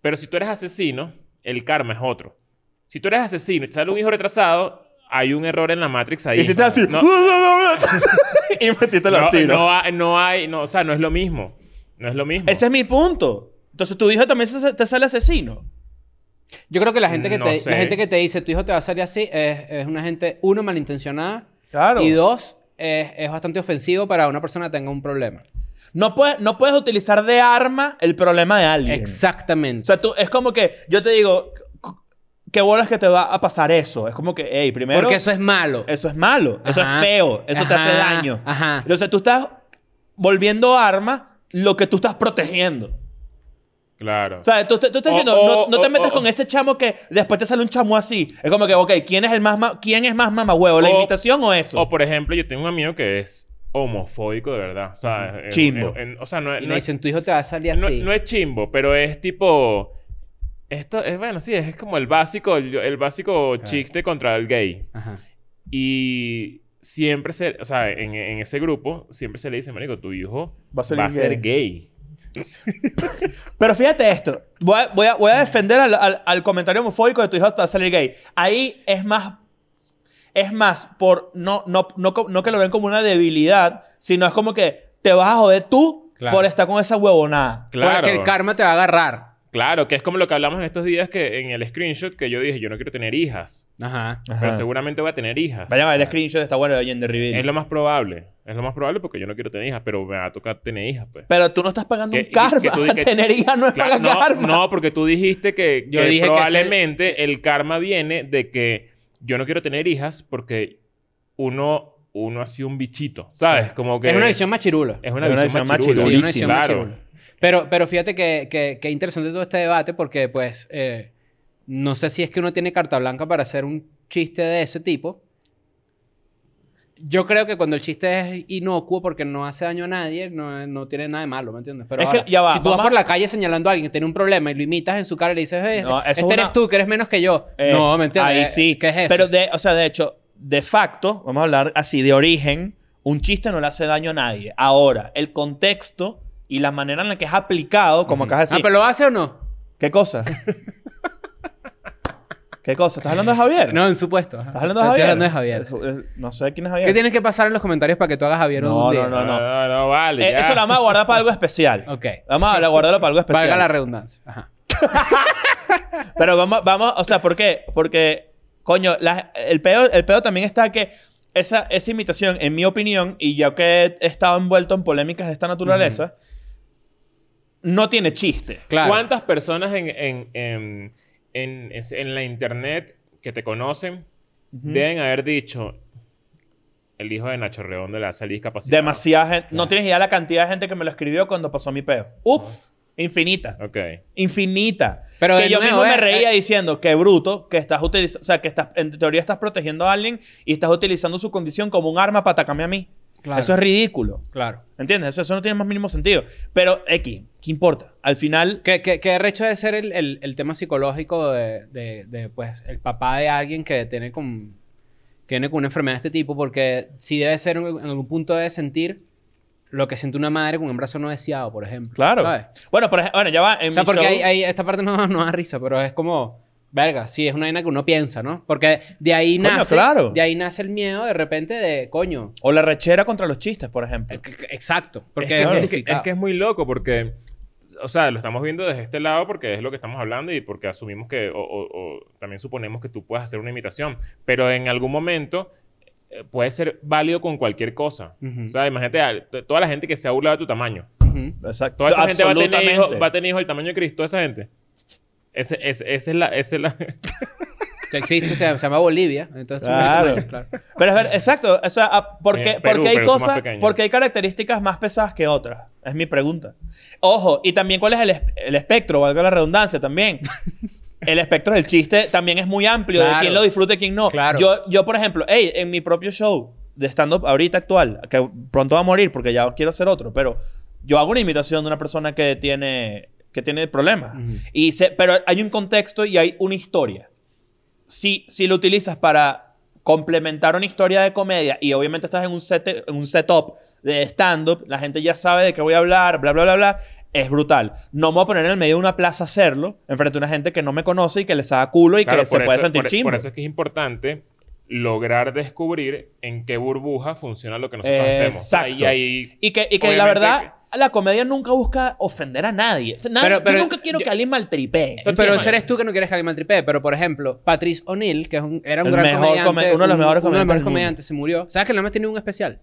Speaker 1: Pero si tú eres asesino, el karma es otro. Si tú eres asesino y te sale un hijo retrasado, hay un error en la Matrix ahí.
Speaker 3: Y si te así. "Uh,
Speaker 1: No-
Speaker 3: y metiste los
Speaker 1: no,
Speaker 3: tiros.
Speaker 1: no hay- no hay, no, o sea, no es lo mismo. No es lo mismo.
Speaker 3: Ese es mi punto. Entonces tu hijo también se- te sale asesino.
Speaker 2: Yo creo que la gente que,
Speaker 1: No
Speaker 2: te,
Speaker 1: sé.
Speaker 2: la gente que te dice tu hijo te va a salir así es, es una gente, uno, malintencionada.
Speaker 3: Claro.
Speaker 2: Y dos, es, es bastante ofensivo para una persona que tenga un problema.
Speaker 3: No puedes, no puedes utilizar de arma el problema de alguien.
Speaker 2: Exactamente.
Speaker 3: O sea, tú, es como que yo te digo, qué bolas que te va a pasar eso. Es como que, hey, primero.
Speaker 2: Porque eso es malo.
Speaker 3: Eso es malo, eso
Speaker 2: Ajá,
Speaker 3: es feo, eso te hace
Speaker 2: ajá,
Speaker 3: daño.
Speaker 2: ajá.
Speaker 3: Entonces tú estás volviendo arma lo que tú estás protegiendo.
Speaker 1: Claro.
Speaker 3: O sea, tú, tú- tú estás
Speaker 1: O-
Speaker 3: diciendo, no,
Speaker 1: o-
Speaker 3: no te
Speaker 1: o-
Speaker 3: metas
Speaker 1: o-
Speaker 3: con ese chamo que después te sale un chamo así. Es como que, ok, ¿quién es el más ma- quién es más mamahuevo, la
Speaker 1: O-
Speaker 3: imitación o eso?
Speaker 1: O por ejemplo, yo tengo un amigo que es homofóbico de verdad. O sea, en-
Speaker 3: Chimbo.
Speaker 1: en- en- o sea, no, es-
Speaker 2: Y
Speaker 1: no
Speaker 2: le
Speaker 1: es,
Speaker 2: dicen, tu hijo te va a salir
Speaker 1: no-
Speaker 2: así.
Speaker 1: no es chimbo, pero es tipo... Esto es, bueno, sí, es, es como el básico, el, el básico chiste contra el gay.
Speaker 2: Ajá.
Speaker 1: Y siempre se... O sea, en, en ese grupo siempre se le dice, marico, tu hijo
Speaker 3: Va a salir
Speaker 1: va a ser
Speaker 3: gay".
Speaker 1: gay.
Speaker 3: Pero fíjate esto. Voy a, voy a- voy a defender al, al- al comentario homofóbico de tu hijo hasta salir gay. Ahí es más. Es más, por no, no, no, co- no que lo ven como una debilidad, sino es como que te vas a joder tú
Speaker 2: Claro.
Speaker 3: por estar con esa huevonada.
Speaker 1: Claro.
Speaker 2: Porque el karma te va a agarrar.
Speaker 1: Claro, que es como lo que hablamos en estos días que en el screenshot que yo dije, yo no quiero tener hijas,
Speaker 2: Ajá.
Speaker 1: pero seguramente voy a tener hijas.
Speaker 3: Vayan a ver el screenshot, está bueno de Gender Reveal.
Speaker 1: Es lo más probable. Es lo más probable porque yo no quiero tener hijas, pero me va a tocar tener hijas, pues.
Speaker 3: Pero tú no estás pagando
Speaker 1: Que-
Speaker 3: un
Speaker 1: que-
Speaker 3: karma.
Speaker 1: que tú di- que-
Speaker 3: Tener hija no es
Speaker 1: Claro,
Speaker 3: pagar
Speaker 1: no,
Speaker 3: karma.
Speaker 1: no, porque tú dijiste que,
Speaker 2: Yo
Speaker 1: que
Speaker 2: dije que
Speaker 1: probablemente el karma viene de que yo no quiero tener hijas porque uno, uno ha sido un bichito, ¿sabes? Como que...
Speaker 2: Es una visión machirula.
Speaker 1: Es una visión
Speaker 3: más
Speaker 1: machirula.
Speaker 2: Sí,
Speaker 3: chirulísima.
Speaker 2: una visión más
Speaker 1: Claro.
Speaker 2: chirula. Pero, pero fíjate que, que, que interesante todo este debate porque, pues, eh, no sé si es que uno tiene carta blanca para hacer un chiste de ese tipo. Yo creo que cuando el chiste es inocuo porque no hace daño a nadie, no, no tiene nada de malo, ¿me entiendes? Pero
Speaker 3: Es que,
Speaker 2: ahora,
Speaker 3: ya va,
Speaker 2: si tú vas
Speaker 3: vamos
Speaker 2: por
Speaker 3: a-
Speaker 2: la calle señalando a alguien que tiene un problema y lo imitas en su cara y le dices, "Eh,
Speaker 3: No, eso
Speaker 2: este
Speaker 3: es
Speaker 2: eres
Speaker 3: una-
Speaker 2: tú, que eres menos que yo.
Speaker 3: Es-
Speaker 2: no, ¿me entiendes? Eh,
Speaker 3: Ahí sí.
Speaker 2: ¿Qué es eso?
Speaker 3: Pero, de, o sea, de hecho, de facto, vamos a hablar así, de origen, un chiste no le hace daño a nadie. Ahora, el contexto y la manera en la que es aplicado, como acabas de
Speaker 2: Ah,
Speaker 3: decir.
Speaker 2: pero ¿lo hace o no?
Speaker 3: ¿Qué cosa? ¿Qué cosa? ¿Estás hablando de Javier?
Speaker 2: No, en supuesto.
Speaker 3: ¿Estás hablando de Javier?
Speaker 2: Estoy hablando de Javier.
Speaker 3: Es- es- No sé quién es Javier.
Speaker 2: ¿Qué tienes que pasar en los comentarios para que tú hagas Javier
Speaker 3: No,
Speaker 2: un día?
Speaker 3: no, no.
Speaker 1: No, no, no, vale.
Speaker 3: Eh,
Speaker 1: ya.
Speaker 3: eso lo vamos a guardar para algo especial.
Speaker 2: Ok.
Speaker 3: Vamos a guardarlo para algo especial.
Speaker 2: Valga la redundancia. Ajá.
Speaker 3: Pero vamos, vamos, o sea, ¿por qué? Porque, coño, la- el, pedo, el pedo también está que esa, esa imitación, en mi opinión, y yo que he estado envuelto en polémicas de esta naturaleza, no tiene chiste.
Speaker 2: Claro.
Speaker 1: ¿Cuántas personas en, en, en, en- es- en la internet que te conocen deben haber dicho el hijo de Nacho Redondo le hace el discapacitado?
Speaker 3: Demasiada gente. No tienes idea la cantidad de gente que me lo escribió cuando pasó mi peo. Uf, infinita.
Speaker 1: Ok.
Speaker 3: Infinita.
Speaker 2: Pero
Speaker 3: que
Speaker 2: de
Speaker 3: yo
Speaker 2: nuevo,
Speaker 3: mismo me
Speaker 2: eh,
Speaker 3: reía
Speaker 2: eh.
Speaker 3: diciendo que bruto, que estás utilizando, o sea, que estás, en teoría estás protegiendo a alguien y estás utilizando su condición como un arma para atacarme a mí.
Speaker 2: Claro.
Speaker 3: Eso es ridículo.
Speaker 2: Claro.
Speaker 3: ¿Entiendes? Eso, eso no tiene más mínimo sentido. Pero, X, ¿qué importa? Al final,
Speaker 2: Que, que, que recho de ser el, el- el tema psicológico de, de- de, pues, el papá de alguien que tiene con, que viene con una enfermedad de este tipo, porque sí debe ser, en algún punto debe sentir lo que siente una madre con un brazo no deseado, por ejemplo.
Speaker 3: claro.
Speaker 2: ¿Sabes?
Speaker 3: Bueno, por ej- bueno, ya va. En
Speaker 2: O sea,
Speaker 3: mi
Speaker 2: porque
Speaker 3: show-
Speaker 2: hay, hay- esta parte no, no da risa, pero es como, verga, sí, es una vaina que uno piensa, ¿no? Porque de ahí
Speaker 3: Coño,
Speaker 2: nace,
Speaker 3: claro.
Speaker 2: de ahí nace el miedo de repente de, coño,
Speaker 3: O la rechera contra los chistes, por ejemplo.
Speaker 2: e- e- exacto,
Speaker 1: Es
Speaker 2: porque
Speaker 1: que-
Speaker 2: es,
Speaker 1: es, que, es, que,
Speaker 2: justificado.
Speaker 1: es muy loco porque, o sea, lo estamos viendo desde este lado porque es lo que estamos hablando y porque asumimos que, o, o- o también suponemos que tú puedes hacer una imitación, pero en algún momento eh, puede ser válido con cualquier cosa.
Speaker 2: Ujú.
Speaker 1: O sea, imagínate a- t- toda la gente que se ha burlado de tu tamaño.
Speaker 2: Ujú.
Speaker 3: Exacto.
Speaker 1: Toda esa gente va a tener
Speaker 3: Absolutamente.
Speaker 1: hijos, va a tener hijos del tamaño de Cristo, toda esa gente. Ese, ese, esa es la, esa es la...
Speaker 2: O sea, existe, se, se llama Bolivia. Entonces,
Speaker 3: Claro.
Speaker 2: claro.
Speaker 3: Pero es ver, exacto. O sea, ah, porque,
Speaker 1: Eh, Perú,
Speaker 3: porque hay
Speaker 1: pero son más
Speaker 3: cosas,
Speaker 1: pequeños.
Speaker 3: porque hay características más pesadas que otras. Es mi pregunta. Ojo, y también cuál es el, es- el espectro, valga la redundancia también. El espectro del chiste también es muy amplio de
Speaker 2: Claro.
Speaker 3: quién lo disfruta y quién no.
Speaker 2: Claro.
Speaker 3: Yo, yo, por ejemplo, hey, en mi propio show de stand-up ahorita actual, que pronto va a morir porque ya quiero hacer otro, pero yo hago una imitación de una persona que tiene, que tiene problemas.
Speaker 2: Ujú.
Speaker 3: y se, pero hay un contexto y hay una historia si, si lo utilizas para complementar una historia de comedia y obviamente estás en un, set, en un setup de stand-up, la gente ya sabe de qué voy a hablar, bla, bla, bla, bla, es brutal. No me voy a poner en el medio de una plaza a hacerlo enfrente de una gente que no me conoce y que les haga culo y
Speaker 1: Claro,
Speaker 3: que se
Speaker 1: por
Speaker 3: puede
Speaker 1: eso-
Speaker 3: sentir
Speaker 1: por,
Speaker 3: chimbo.
Speaker 1: Por eso es que es importante lograr descubrir en qué burbuja funciona lo que nosotros hacemos.
Speaker 3: Exacto.
Speaker 1: Y ahí...
Speaker 3: y que, y que la
Speaker 1: obviamente
Speaker 3: verdad, la comedia nunca busca ofender a nadie. O sea, nadie-
Speaker 2: Pero- pero
Speaker 3: yo nunca quiero
Speaker 2: yo-
Speaker 3: que alguien maltripee.
Speaker 2: Pero eso eres tú que no quieres que alguien maltripee. Pero, por ejemplo, Patrice O'Neill, que es un- era un
Speaker 3: El
Speaker 2: gran
Speaker 3: mejor
Speaker 2: comediante.
Speaker 3: come- uno de los
Speaker 2: un-
Speaker 3: mejores comediantes del mundo.
Speaker 2: comediantes. Se murió. ¿Sabes que nada más tenía un especial?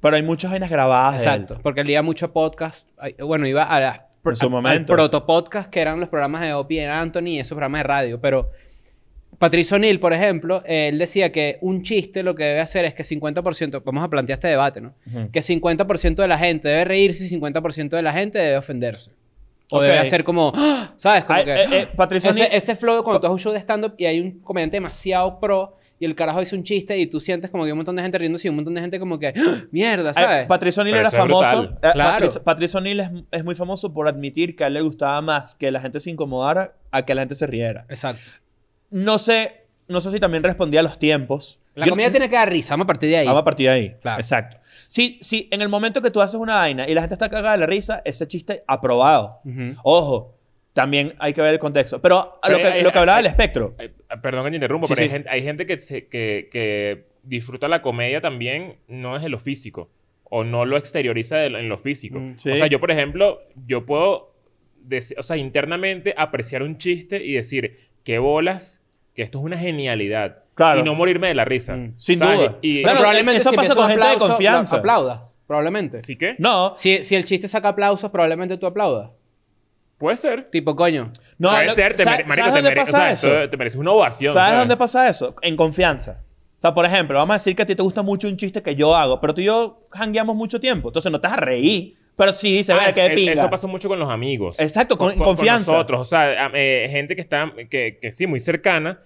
Speaker 3: Pero hay muchas vainas grabadas. de él.
Speaker 2: Exacto. Porque él iba mucho a podcast. ay, Bueno, iba a las...
Speaker 3: En su
Speaker 2: a- al
Speaker 3: momento.
Speaker 2: protopodcast, que eran los programas de Opie y Anthony y esos programas de radio. Pero Patrice O'Neill, por ejemplo, él decía que un chiste lo que debe hacer es que 50%... Vamos a plantear este debate, ¿no?
Speaker 3: Ujú.
Speaker 2: que 50% de la gente debe reírse y 50% de la gente debe ofenderse. O
Speaker 3: Ok.
Speaker 2: debe hacer como, ¡Ah! ¿sabes? Como
Speaker 3: Ay,
Speaker 2: que,
Speaker 3: eh, eh, Patricio
Speaker 2: ese,
Speaker 3: Ni-
Speaker 2: ese flow de cuando tú haces un show de stand-up y hay un comediante demasiado pro y el carajo hizo un chiste y tú sientes como que hay un montón de gente riéndose y un montón de gente como que ¡Ah! mierda, ¿sabes?
Speaker 3: Eh, Patrice O'Neill
Speaker 1: Pero
Speaker 3: era
Speaker 1: eso es
Speaker 3: famoso.
Speaker 1: brutal.
Speaker 3: eh,
Speaker 2: Claro.
Speaker 3: Patrice, Patrice O'Neill es, es muy famoso por admitir que a él le gustaba más que la gente se incomodara a que la gente se riera.
Speaker 2: Exacto.
Speaker 3: No sé, no sé si también respondía a los tiempos.
Speaker 2: La
Speaker 3: Yo- Ah,
Speaker 2: comedia tiene que dar risa, vamos a partir de ahí.
Speaker 3: Vamos a partir de ahí.
Speaker 2: Claro.
Speaker 3: Exacto. Si, si en el momento que tú haces una vaina y la gente está cagada de la risa, ese chiste aprobado.
Speaker 2: Ujú.
Speaker 3: Ojo, también hay que ver el contexto. Pero a lo
Speaker 1: Pero
Speaker 3: que,
Speaker 1: hay-
Speaker 3: lo que
Speaker 1: hay-
Speaker 3: hablaba
Speaker 1: hay-
Speaker 3: del espectro.
Speaker 1: Eh, Perdón que te interrumpo,
Speaker 3: Sí,
Speaker 1: pero hay
Speaker 3: sí.
Speaker 1: gente, hay gente que, se- que, que disfruta la comedia también no desde lo físico o no lo exterioriza de lo- en lo físico.
Speaker 2: Mm,
Speaker 3: sí.
Speaker 1: O sea, yo, por ejemplo, yo puedo, deci- o sea, internamente apreciar un chiste y decir, qué bolas, que esto es una genialidad.
Speaker 3: Claro.
Speaker 1: Y no morirme de la risa.
Speaker 2: Mm.
Speaker 3: Sin duda.
Speaker 1: Y,
Speaker 2: Pero
Speaker 3: Claro, eh,
Speaker 2: probablemente
Speaker 3: eso
Speaker 2: si
Speaker 3: pasa
Speaker 2: empieza
Speaker 3: con
Speaker 2: un
Speaker 3: gente de
Speaker 2: aplauso, la-
Speaker 3: confianza.
Speaker 2: Aplaudas, probablemente.
Speaker 1: ¿Sí que?
Speaker 3: No,
Speaker 2: Si, si el chiste saca aplausos, probablemente tú aplaudas.
Speaker 1: Puede ser.
Speaker 2: Tipo, coño.
Speaker 3: no.
Speaker 1: Puede
Speaker 3: no-
Speaker 1: ser. Te,
Speaker 3: ¿sabes-
Speaker 1: mere- marico,
Speaker 3: ¿sabes
Speaker 1: te,
Speaker 3: dónde
Speaker 1: mere- o
Speaker 3: pasa
Speaker 1: sea,
Speaker 3: eso?
Speaker 1: esto- te mereces una ovación.
Speaker 3: ¿Sabes dónde pasa eso? En confianza. O sea, por ejemplo, vamos a decir que a ti te gusta mucho un chiste que yo hago, pero tú y yo jangueamos mucho tiempo. Entonces no te vas a reír, pero sí dices,
Speaker 1: Ah,
Speaker 3: "Ve, qué
Speaker 1: es-
Speaker 3: pinga.
Speaker 1: Eso pasa mucho con los amigos.
Speaker 3: Exacto, con,
Speaker 1: con-
Speaker 3: confianza.
Speaker 1: Con nosotros, o sea, a- eh, gente que está, que, que sí, muy cercana.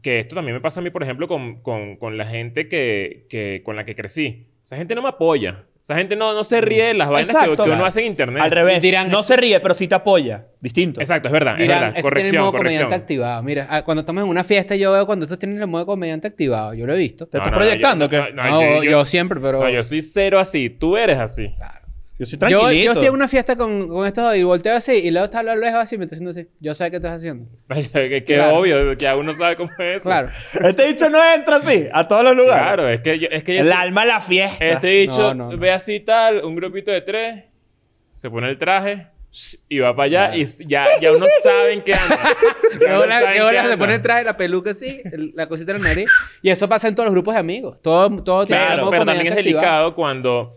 Speaker 1: Que esto también me pasa a mí, por ejemplo, con, con- con la gente que, que- con la que crecí. Esa gente no me apoya. Esa gente no, no se ríe de las vainas que-
Speaker 3: Mm. Exacto.
Speaker 1: que, uno hace en internet.
Speaker 3: Al revés.
Speaker 2: Dirán-
Speaker 3: no se ríe, pero sí te apoya. Distinto.
Speaker 1: Exacto, es verdad, es
Speaker 2: Dirán, "Este
Speaker 1: verdad.
Speaker 2: tiene el
Speaker 1: Corrección,
Speaker 2: modo comediante
Speaker 1: corrección.
Speaker 2: activado. Mira, ah, cuando estamos en una fiesta, yo veo cuando estos tienen el modo comediante activado. Yo lo he visto.
Speaker 3: ¿Te
Speaker 1: No,
Speaker 3: estás
Speaker 1: no, no,
Speaker 3: proyectando
Speaker 1: yo-
Speaker 3: que
Speaker 1: no,
Speaker 2: No,
Speaker 1: yo-
Speaker 2: yo,
Speaker 1: yo-
Speaker 2: siempre, pero.
Speaker 1: No, yo soy cero así. Tú eres así.
Speaker 3: Yo
Speaker 2: Yo,
Speaker 3: soy tranquilito.
Speaker 2: yo estoy en una fiesta con, con estos dos y volteo así y luego está a lo lejos así y me está haciendo así. Yo sé qué estás haciendo.
Speaker 1: que que
Speaker 2: Claro.
Speaker 1: obvio, que a uno sabe cómo es eso.
Speaker 2: Claro.
Speaker 3: Este dicho no entra así, a todos los lugares.
Speaker 1: Claro, es que yo- es que yo-
Speaker 3: El alma a la fiesta.
Speaker 1: Este dicho
Speaker 2: Ah, No, no, no.
Speaker 1: ve así tal, un grupito de tres, se pone el traje sh, y va para allá
Speaker 2: Claro.
Speaker 1: y s- ya, ya uno sabe en qué anda.
Speaker 2: Qué
Speaker 1: Ya uno
Speaker 2: bola-
Speaker 1: sabe en
Speaker 2: qué
Speaker 1: qué
Speaker 2: bola,
Speaker 1: anda.
Speaker 2: le ponen traje, la peluca así, el- la cosita en la nariz. Y eso pasa en todos los grupos de amigos. Todo, todo tiene el
Speaker 1: Claro,
Speaker 2: modo
Speaker 1: pero también es
Speaker 2: comediante activado.
Speaker 1: delicado cuando...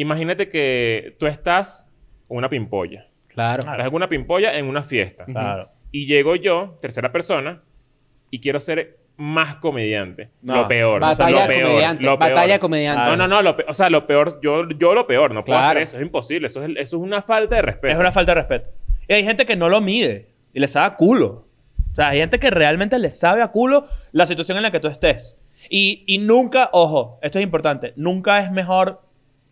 Speaker 1: Imagínate que tú estás con una pimpolla.
Speaker 2: Claro.
Speaker 1: Estás con una pimpolla en una fiesta.
Speaker 3: Claro.
Speaker 1: Y llego yo, tercera persona, y quiero ser más comediante.
Speaker 3: No.
Speaker 1: Lo peor. o sea,
Speaker 2: Batalla
Speaker 1: lo
Speaker 2: de
Speaker 1: peor,
Speaker 2: comediante.
Speaker 1: lo peor.
Speaker 2: Batalla de comediante.
Speaker 1: No, no, no. lo pe- o sea, lo peor... Yo, yo lo peor. No puedo
Speaker 2: Claro.
Speaker 1: hacer eso. Es imposible. Eso es, eso es una falta de respeto.
Speaker 3: Es una falta de respeto. Y hay gente que no lo mide y les sabe a culo. O sea, hay gente que realmente les sabe a culo la situación en la que tú estés. Y, y nunca, ojo, esto es importante, nunca es mejor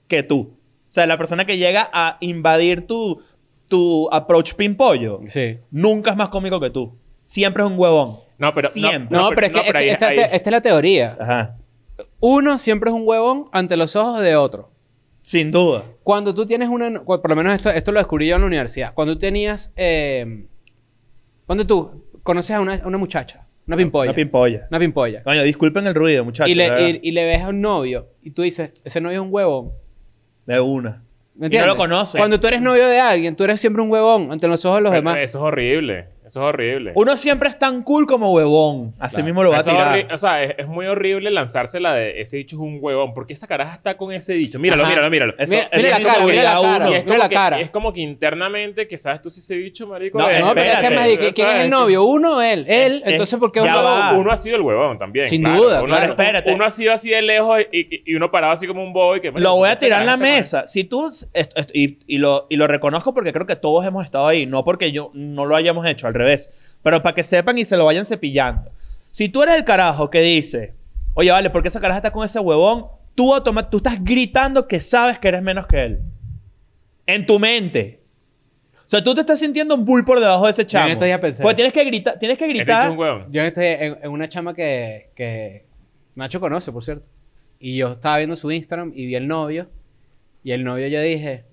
Speaker 3: que tú. O sea, la persona que llega a invadir tu, tu approach pimpollo,
Speaker 2: Sí.
Speaker 3: nunca es más cómico que tú. Siempre es un huevón.
Speaker 1: No, pero- no,
Speaker 3: Siempre.
Speaker 2: No,
Speaker 1: No,
Speaker 2: pero,
Speaker 1: pero-
Speaker 2: es
Speaker 1: no,
Speaker 2: que
Speaker 1: pero
Speaker 2: este-
Speaker 1: ahí-
Speaker 2: esta,
Speaker 1: ahí-
Speaker 2: esta- esta es la teoría.
Speaker 3: Ajá.
Speaker 2: Uno siempre es un huevón ante los ojos de otro.
Speaker 3: Sin duda.
Speaker 2: Cuando tú tienes una... cu- Por lo menos esto, esto lo descubrí yo en la universidad. Cuando tú tenías... Eh, cuando tú conoces a una, a una muchacha. Una pimpolla.
Speaker 3: Una pimpolla.
Speaker 2: Una pimpolla.
Speaker 3: Coño, disculpen el ruido, muchachos.
Speaker 2: y,
Speaker 3: de
Speaker 2: le,
Speaker 3: verdad.
Speaker 2: y, y le ves a un novio. Y tú dices, ese novio es un huevón.
Speaker 3: De una.
Speaker 2: ¿Me
Speaker 3: Y
Speaker 2: entiendes?
Speaker 3: no lo conoce.
Speaker 2: Cuando tú eres novio de alguien, tú eres siempre un huevón ante los ojos de los
Speaker 1: Pero
Speaker 2: demás.
Speaker 1: Eso es horrible. Eso es horrible.
Speaker 3: Uno siempre es tan cool como huevón. Así
Speaker 2: Claro.
Speaker 3: mismo lo va a
Speaker 1: Eso es
Speaker 3: tirar.
Speaker 1: horri- o sea, es, es muy horrible lanzársela de ese dicho es un huevón. ¿Por qué esa caraja está con ese dicho? Míralo,
Speaker 2: Ajá.
Speaker 1: míralo, míralo.
Speaker 3: Eso-
Speaker 2: mira,
Speaker 3: eso
Speaker 2: mira
Speaker 3: es
Speaker 2: la cara, mira la
Speaker 3: inseguridad
Speaker 2: cara.
Speaker 3: uno.
Speaker 1: Y es como
Speaker 2: mira la
Speaker 1: que,
Speaker 2: cara.
Speaker 1: es como que internamente que sabes tú si ese dicho, marico.
Speaker 3: No,
Speaker 1: es-
Speaker 2: No, pero es que
Speaker 3: Espérate.
Speaker 2: más de que- quién es el novio, uno o él, él,
Speaker 3: Eh,
Speaker 2: entonces ¿por qué un
Speaker 3: ya
Speaker 2: huevón?
Speaker 3: va.
Speaker 1: Uno ha sido el huevón también.
Speaker 2: Sin duda,
Speaker 1: Uno,
Speaker 2: claro.
Speaker 3: Espérate.
Speaker 1: uno ha sido así de lejos y, y- y uno parado así como un boy. Que,
Speaker 3: Lo voy a tirar en la
Speaker 1: Esta caraja está
Speaker 3: mesa. Si tú... esto- esto- y, y lo, y lo reconozco porque creo que todos hemos estado ahí. No porque yo no lo hayamos hecho, al revés. Pero para que sepan y se lo vayan cepillando. Si tú eres el carajo que dice... Oye, vale, ¿por qué esa caraja está con ese huevón? Tú, automa- tú estás gritando que sabes que eres menos que él. En tu mente. O sea, tú te estás sintiendo un bull por debajo de ese chamo.
Speaker 2: estos ya pensé.
Speaker 3: Pues tienes que gritar, tienes que
Speaker 1: mal. Este
Speaker 3: gritar.
Speaker 1: dicho es un huevón.
Speaker 2: Yo estoy en, en una chama que, que Nacho conoce, por cierto. Y yo estaba viendo su Instagram y vi el novio. Y el novio yo dije,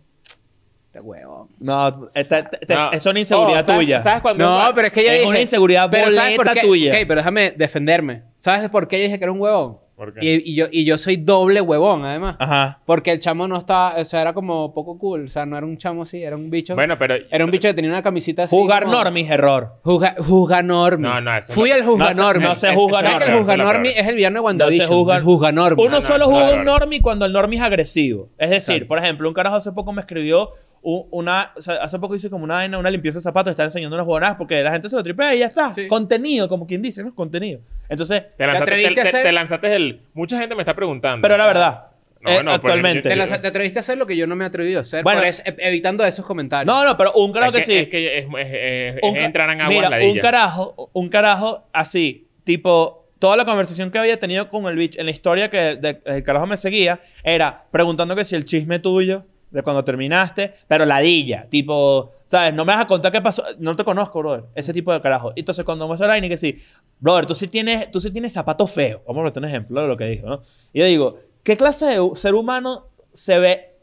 Speaker 2: este huevón.
Speaker 3: No, esta- te- te-
Speaker 1: No.
Speaker 3: es una inseguridad
Speaker 1: Oh, ¿sabes-
Speaker 3: tuya.
Speaker 1: ¿Sabes cuando
Speaker 2: No, pero es que yo
Speaker 3: Es
Speaker 2: dije...
Speaker 3: una inseguridad
Speaker 2: pero ¿sabes por
Speaker 3: boleta
Speaker 2: qué?
Speaker 3: tuya.
Speaker 2: Ok, pero déjame defenderme. ¿Sabes por qué yo dije que era un huevón?
Speaker 1: ¿Por qué?
Speaker 2: Y, y yo, y yo soy doble huevón, además.
Speaker 3: Ajá.
Speaker 2: Porque el chamo no estaba... O sea, era como poco cool. O sea, no era un chamo así, era un bicho...
Speaker 1: Bueno, pero.
Speaker 2: Era un bicho que tenía una camisita así.
Speaker 3: Juzgar
Speaker 2: como-
Speaker 3: normis, error.
Speaker 2: Juzga, juzganormi.
Speaker 1: No, no, eso
Speaker 2: Fui
Speaker 1: no-
Speaker 2: el juzganormi.
Speaker 3: no se- no se juzga
Speaker 2: ¿Sabes que el
Speaker 1: normi, esa es la
Speaker 2: juzganormi
Speaker 1: palabra.
Speaker 2: es el villano de
Speaker 3: No se
Speaker 2: WandaVision?
Speaker 3: juzga.
Speaker 2: El juzganormi.
Speaker 3: Uno
Speaker 1: no,
Speaker 3: solo
Speaker 1: eso no
Speaker 3: juzga
Speaker 1: es
Speaker 3: un
Speaker 1: error.
Speaker 3: normi cuando el normi es agresivo. Es decir,
Speaker 2: Exacto.
Speaker 3: por ejemplo, un carajo hace poco me escribió u- una... o sea, hace poco hice como una vaina, una limpieza de zapatos. Está enseñando unas buenas porque la gente se lo tripea y ya está.
Speaker 2: Sí.
Speaker 3: Contenido, como quien dice, ¿no? Contenido. Entonces...
Speaker 1: Te lanzaste, te,
Speaker 2: atreviste a
Speaker 1: te-
Speaker 2: hacer-
Speaker 1: te lanzaste del. Mucha gente me está preguntando.
Speaker 3: Pero la verdad.
Speaker 1: No,
Speaker 3: eh,
Speaker 1: no, pues,
Speaker 3: actualmente.
Speaker 2: Te, lanza- te atreviste a hacer lo que yo no me he atrevido a hacer.
Speaker 3: Bueno.
Speaker 2: por es- e- evitando esos comentarios.
Speaker 3: No, no, pero un carajo que,
Speaker 1: es
Speaker 3: sí.
Speaker 1: Es que es, es- es-
Speaker 3: Un
Speaker 1: es
Speaker 3: ca-
Speaker 1: entrar en agua
Speaker 3: Mira,
Speaker 1: en ladilla.
Speaker 3: un carajo, un carajo así, tipo, toda la conversación que había tenido con el bicho en la historia que de- el carajo me seguía era preguntando que si el chisme tuyo de cuando terminaste, pero ladilla, tipo, ¿sabes? No me vas a contar qué pasó, no te conozco, brother, ese tipo de carajo. Entonces, cuando me hizo la vaina y que sí, brother, tú sí tienes, tú sí tienes zapatos feos, vamos a meter un ejemplo de lo que dijo, ¿no? Y yo digo, ¿qué clase de ser humano se ve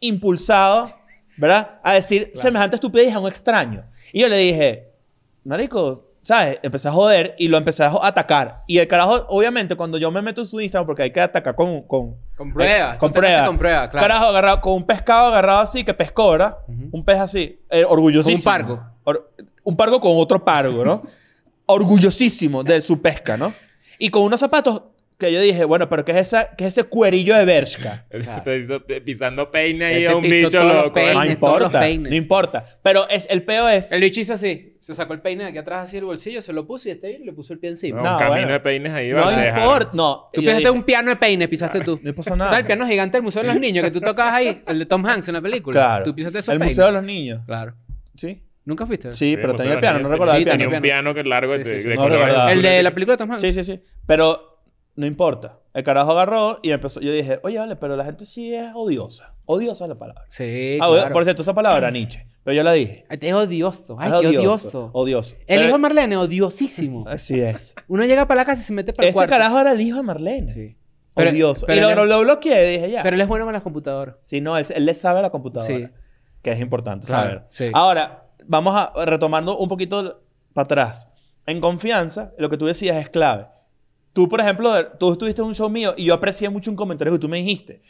Speaker 3: impulsado, ¿verdad? A decir semejante estupidez a un extraño. Y yo le dije, Marico, ¿sabes? Empecé a joder y lo empecé a jo- atacar. Y el carajo, obviamente, cuando yo me meto en su Instagram, porque hay que atacar con. Con,
Speaker 2: Con pruebas,
Speaker 3: eh,
Speaker 2: tú
Speaker 3: con
Speaker 2: atacaste
Speaker 3: pruebas.
Speaker 2: con pruebas, claro.
Speaker 3: Carajo agarrado, con un pescado agarrado así, que pescó, ¿verdad? Un pez así, eh, orgullosísimo.
Speaker 2: Con un pargo.
Speaker 3: Or- un pargo con otro pargo, ¿no? orgullosísimo de su pesca, ¿no? Y con unos zapatos que yo dije, bueno, pero ¿qué es, esa, qué es ese cuerillo de Bershka?
Speaker 1: Te hizo- te- pisando peine ahí
Speaker 2: Este
Speaker 1: a un
Speaker 2: pisó
Speaker 1: bicho
Speaker 2: todos los
Speaker 1: loco.
Speaker 2: peines.
Speaker 3: No
Speaker 2: todos los
Speaker 3: importa,
Speaker 2: peines.
Speaker 3: no importa. Pero es, el peo es...
Speaker 2: El bicho hizo así. Se sacó el peine de aquí atrás así el bolsillo, se lo puso y este ahí le puso el pie
Speaker 1: No,
Speaker 2: encima.
Speaker 1: un
Speaker 3: No,
Speaker 1: camino
Speaker 3: bueno.
Speaker 1: de peines ahí
Speaker 3: no
Speaker 1: bandeja.
Speaker 3: importa, no.
Speaker 2: Tú
Speaker 3: Y yo
Speaker 2: pisaste
Speaker 3: dije,
Speaker 2: un piano de peine, pisaste tú.
Speaker 3: No pasa nada.
Speaker 2: ¿Sabes el piano gigante del Museo de los Niños que tú tocabas ahí? El de Tom Hanks en la película.
Speaker 3: Claro.
Speaker 2: Tú pisaste esos
Speaker 3: El
Speaker 2: peines.
Speaker 3: Museo de los Niños.
Speaker 2: Claro.
Speaker 3: Sí.
Speaker 2: ¿Nunca fuiste?
Speaker 3: Sí, pero
Speaker 1: o
Speaker 3: tenía
Speaker 1: sea,
Speaker 3: el piano, no
Speaker 1: tenía-
Speaker 3: recordaba el
Speaker 2: sí,
Speaker 1: Tenía
Speaker 3: piano.
Speaker 1: un piano que largo
Speaker 2: Sí,
Speaker 1: de,
Speaker 2: sí, sí.
Speaker 1: de
Speaker 3: No
Speaker 1: colores.
Speaker 3: recordaba.
Speaker 2: El de la película de Tom Hanks.
Speaker 3: Sí, sí, sí. Pero no importa. El carajo agarró y empezó. Yo dije, oye, vale, pero la gente sí es odiosa. Odiosa es la palabra.
Speaker 2: Sí,
Speaker 3: Ah,
Speaker 2: claro.
Speaker 3: Por cierto, esa palabra Nietzsche. Pero yo la dije.
Speaker 2: Ay, Es odioso. Ay,
Speaker 3: Es
Speaker 2: qué odioso.
Speaker 3: Odioso.
Speaker 2: El hijo de
Speaker 3: Pero-
Speaker 2: Marlene, odiosísimo.
Speaker 3: Así es.
Speaker 2: Uno llega para la casa y se mete para el
Speaker 3: Este
Speaker 2: cuarto.
Speaker 3: carajo era el hijo de Marlene.
Speaker 2: Sí. Pero,
Speaker 3: Odioso.
Speaker 2: pero
Speaker 3: y lo,
Speaker 2: él es-
Speaker 3: lo, lo bloqueé dije ya.
Speaker 2: pero él es bueno con las computadoras.
Speaker 3: Sí, no, él, él le sabe a la computadora.
Speaker 2: Sí.
Speaker 3: Que es importante
Speaker 2: Claro,
Speaker 3: saber.
Speaker 2: sí.
Speaker 3: Ahora, vamos a retomando un poquito para atrás. En confianza, lo que tú decías es clave. Tú, por ejemplo, tú estuviste en un show mío y yo aprecié mucho un comentario que tú me dijiste.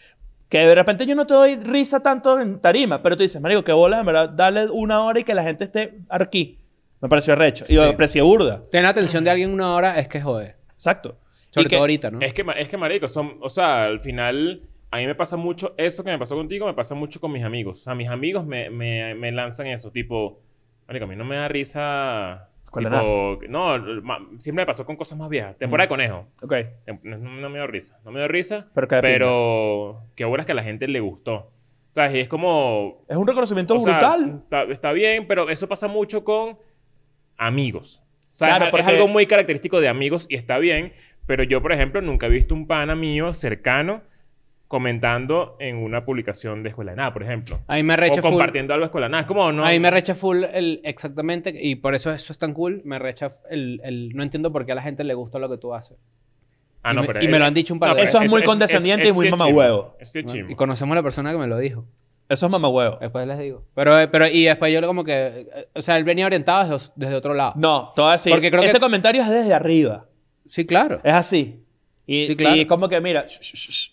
Speaker 3: Que de repente yo no te doy risa tanto en tarima, pero tú dices, marico, qué bolas, en verdad, dale una hora y que la gente esté aquí. Me pareció recho. Y yo
Speaker 2: Sí.
Speaker 3: aprecié burda.
Speaker 2: Tener la atención de alguien una hora es que jode.
Speaker 3: Exacto.
Speaker 2: Sobre
Speaker 3: Y que-
Speaker 2: todo ahorita, ¿no?
Speaker 1: Es que, ma- es que marico, son, o sea, al final a mí me pasa mucho eso que me pasó contigo, me pasa mucho con mis amigos. O sea, mis amigos me, me, me lanzan eso, tipo, marico, a mí no me da risa.
Speaker 3: ¿Cuál Mm.
Speaker 1: tipo, no, ma- siempre me pasó con cosas más viejas. Temporada de conejo.
Speaker 3: Ok.
Speaker 1: Tem- No, no me dio risa. No me dio risa.
Speaker 3: Pero queda
Speaker 1: Pero qué bueno es que a la gente le gustó. O sea, y es como,
Speaker 3: Es un reconocimiento
Speaker 1: o sea, mm.
Speaker 3: brutal.
Speaker 1: está, está bien, pero eso pasa mucho con amigos. O sea,
Speaker 3: Claro,
Speaker 1: es, es
Speaker 3: porque-
Speaker 1: algo muy característico de amigos y está bien, pero yo, por ejemplo, nunca he visto un pana mío cercano comentando en una publicación de Escuela de Nada, por ejemplo.
Speaker 2: A mí me
Speaker 1: O
Speaker 2: recha full.
Speaker 1: compartiendo algo de Escuela de Nada. Es como, no...
Speaker 2: A mí me recha full el exactamente, y por eso eso es tan cool, me recha el, el no entiendo por qué a la gente le gusta lo que tú haces.
Speaker 1: Ah,
Speaker 2: y
Speaker 1: no,
Speaker 2: me-
Speaker 1: pero-
Speaker 2: y me lo han dicho un par de
Speaker 1: pero
Speaker 2: veces.
Speaker 3: Eso es muy condescendiente y muy
Speaker 1: sí es
Speaker 3: mamahuevo.
Speaker 1: chimbo. Eso sí es
Speaker 2: ¿no?
Speaker 1: chimbo.
Speaker 2: Y conocemos a la persona que me lo dijo.
Speaker 3: Eso es mamahuevo.
Speaker 2: Después les digo. Pero, eh, pero y después yo como que, eh, o sea, él venía orientado desde, desde otro lado.
Speaker 3: No, todo así.
Speaker 2: Porque creo que-
Speaker 3: Ese comentario es desde arriba.
Speaker 2: Sí, claro.
Speaker 3: Es así. Y,
Speaker 2: Sí, claro.
Speaker 3: y como que, mira, sh- sh- sh-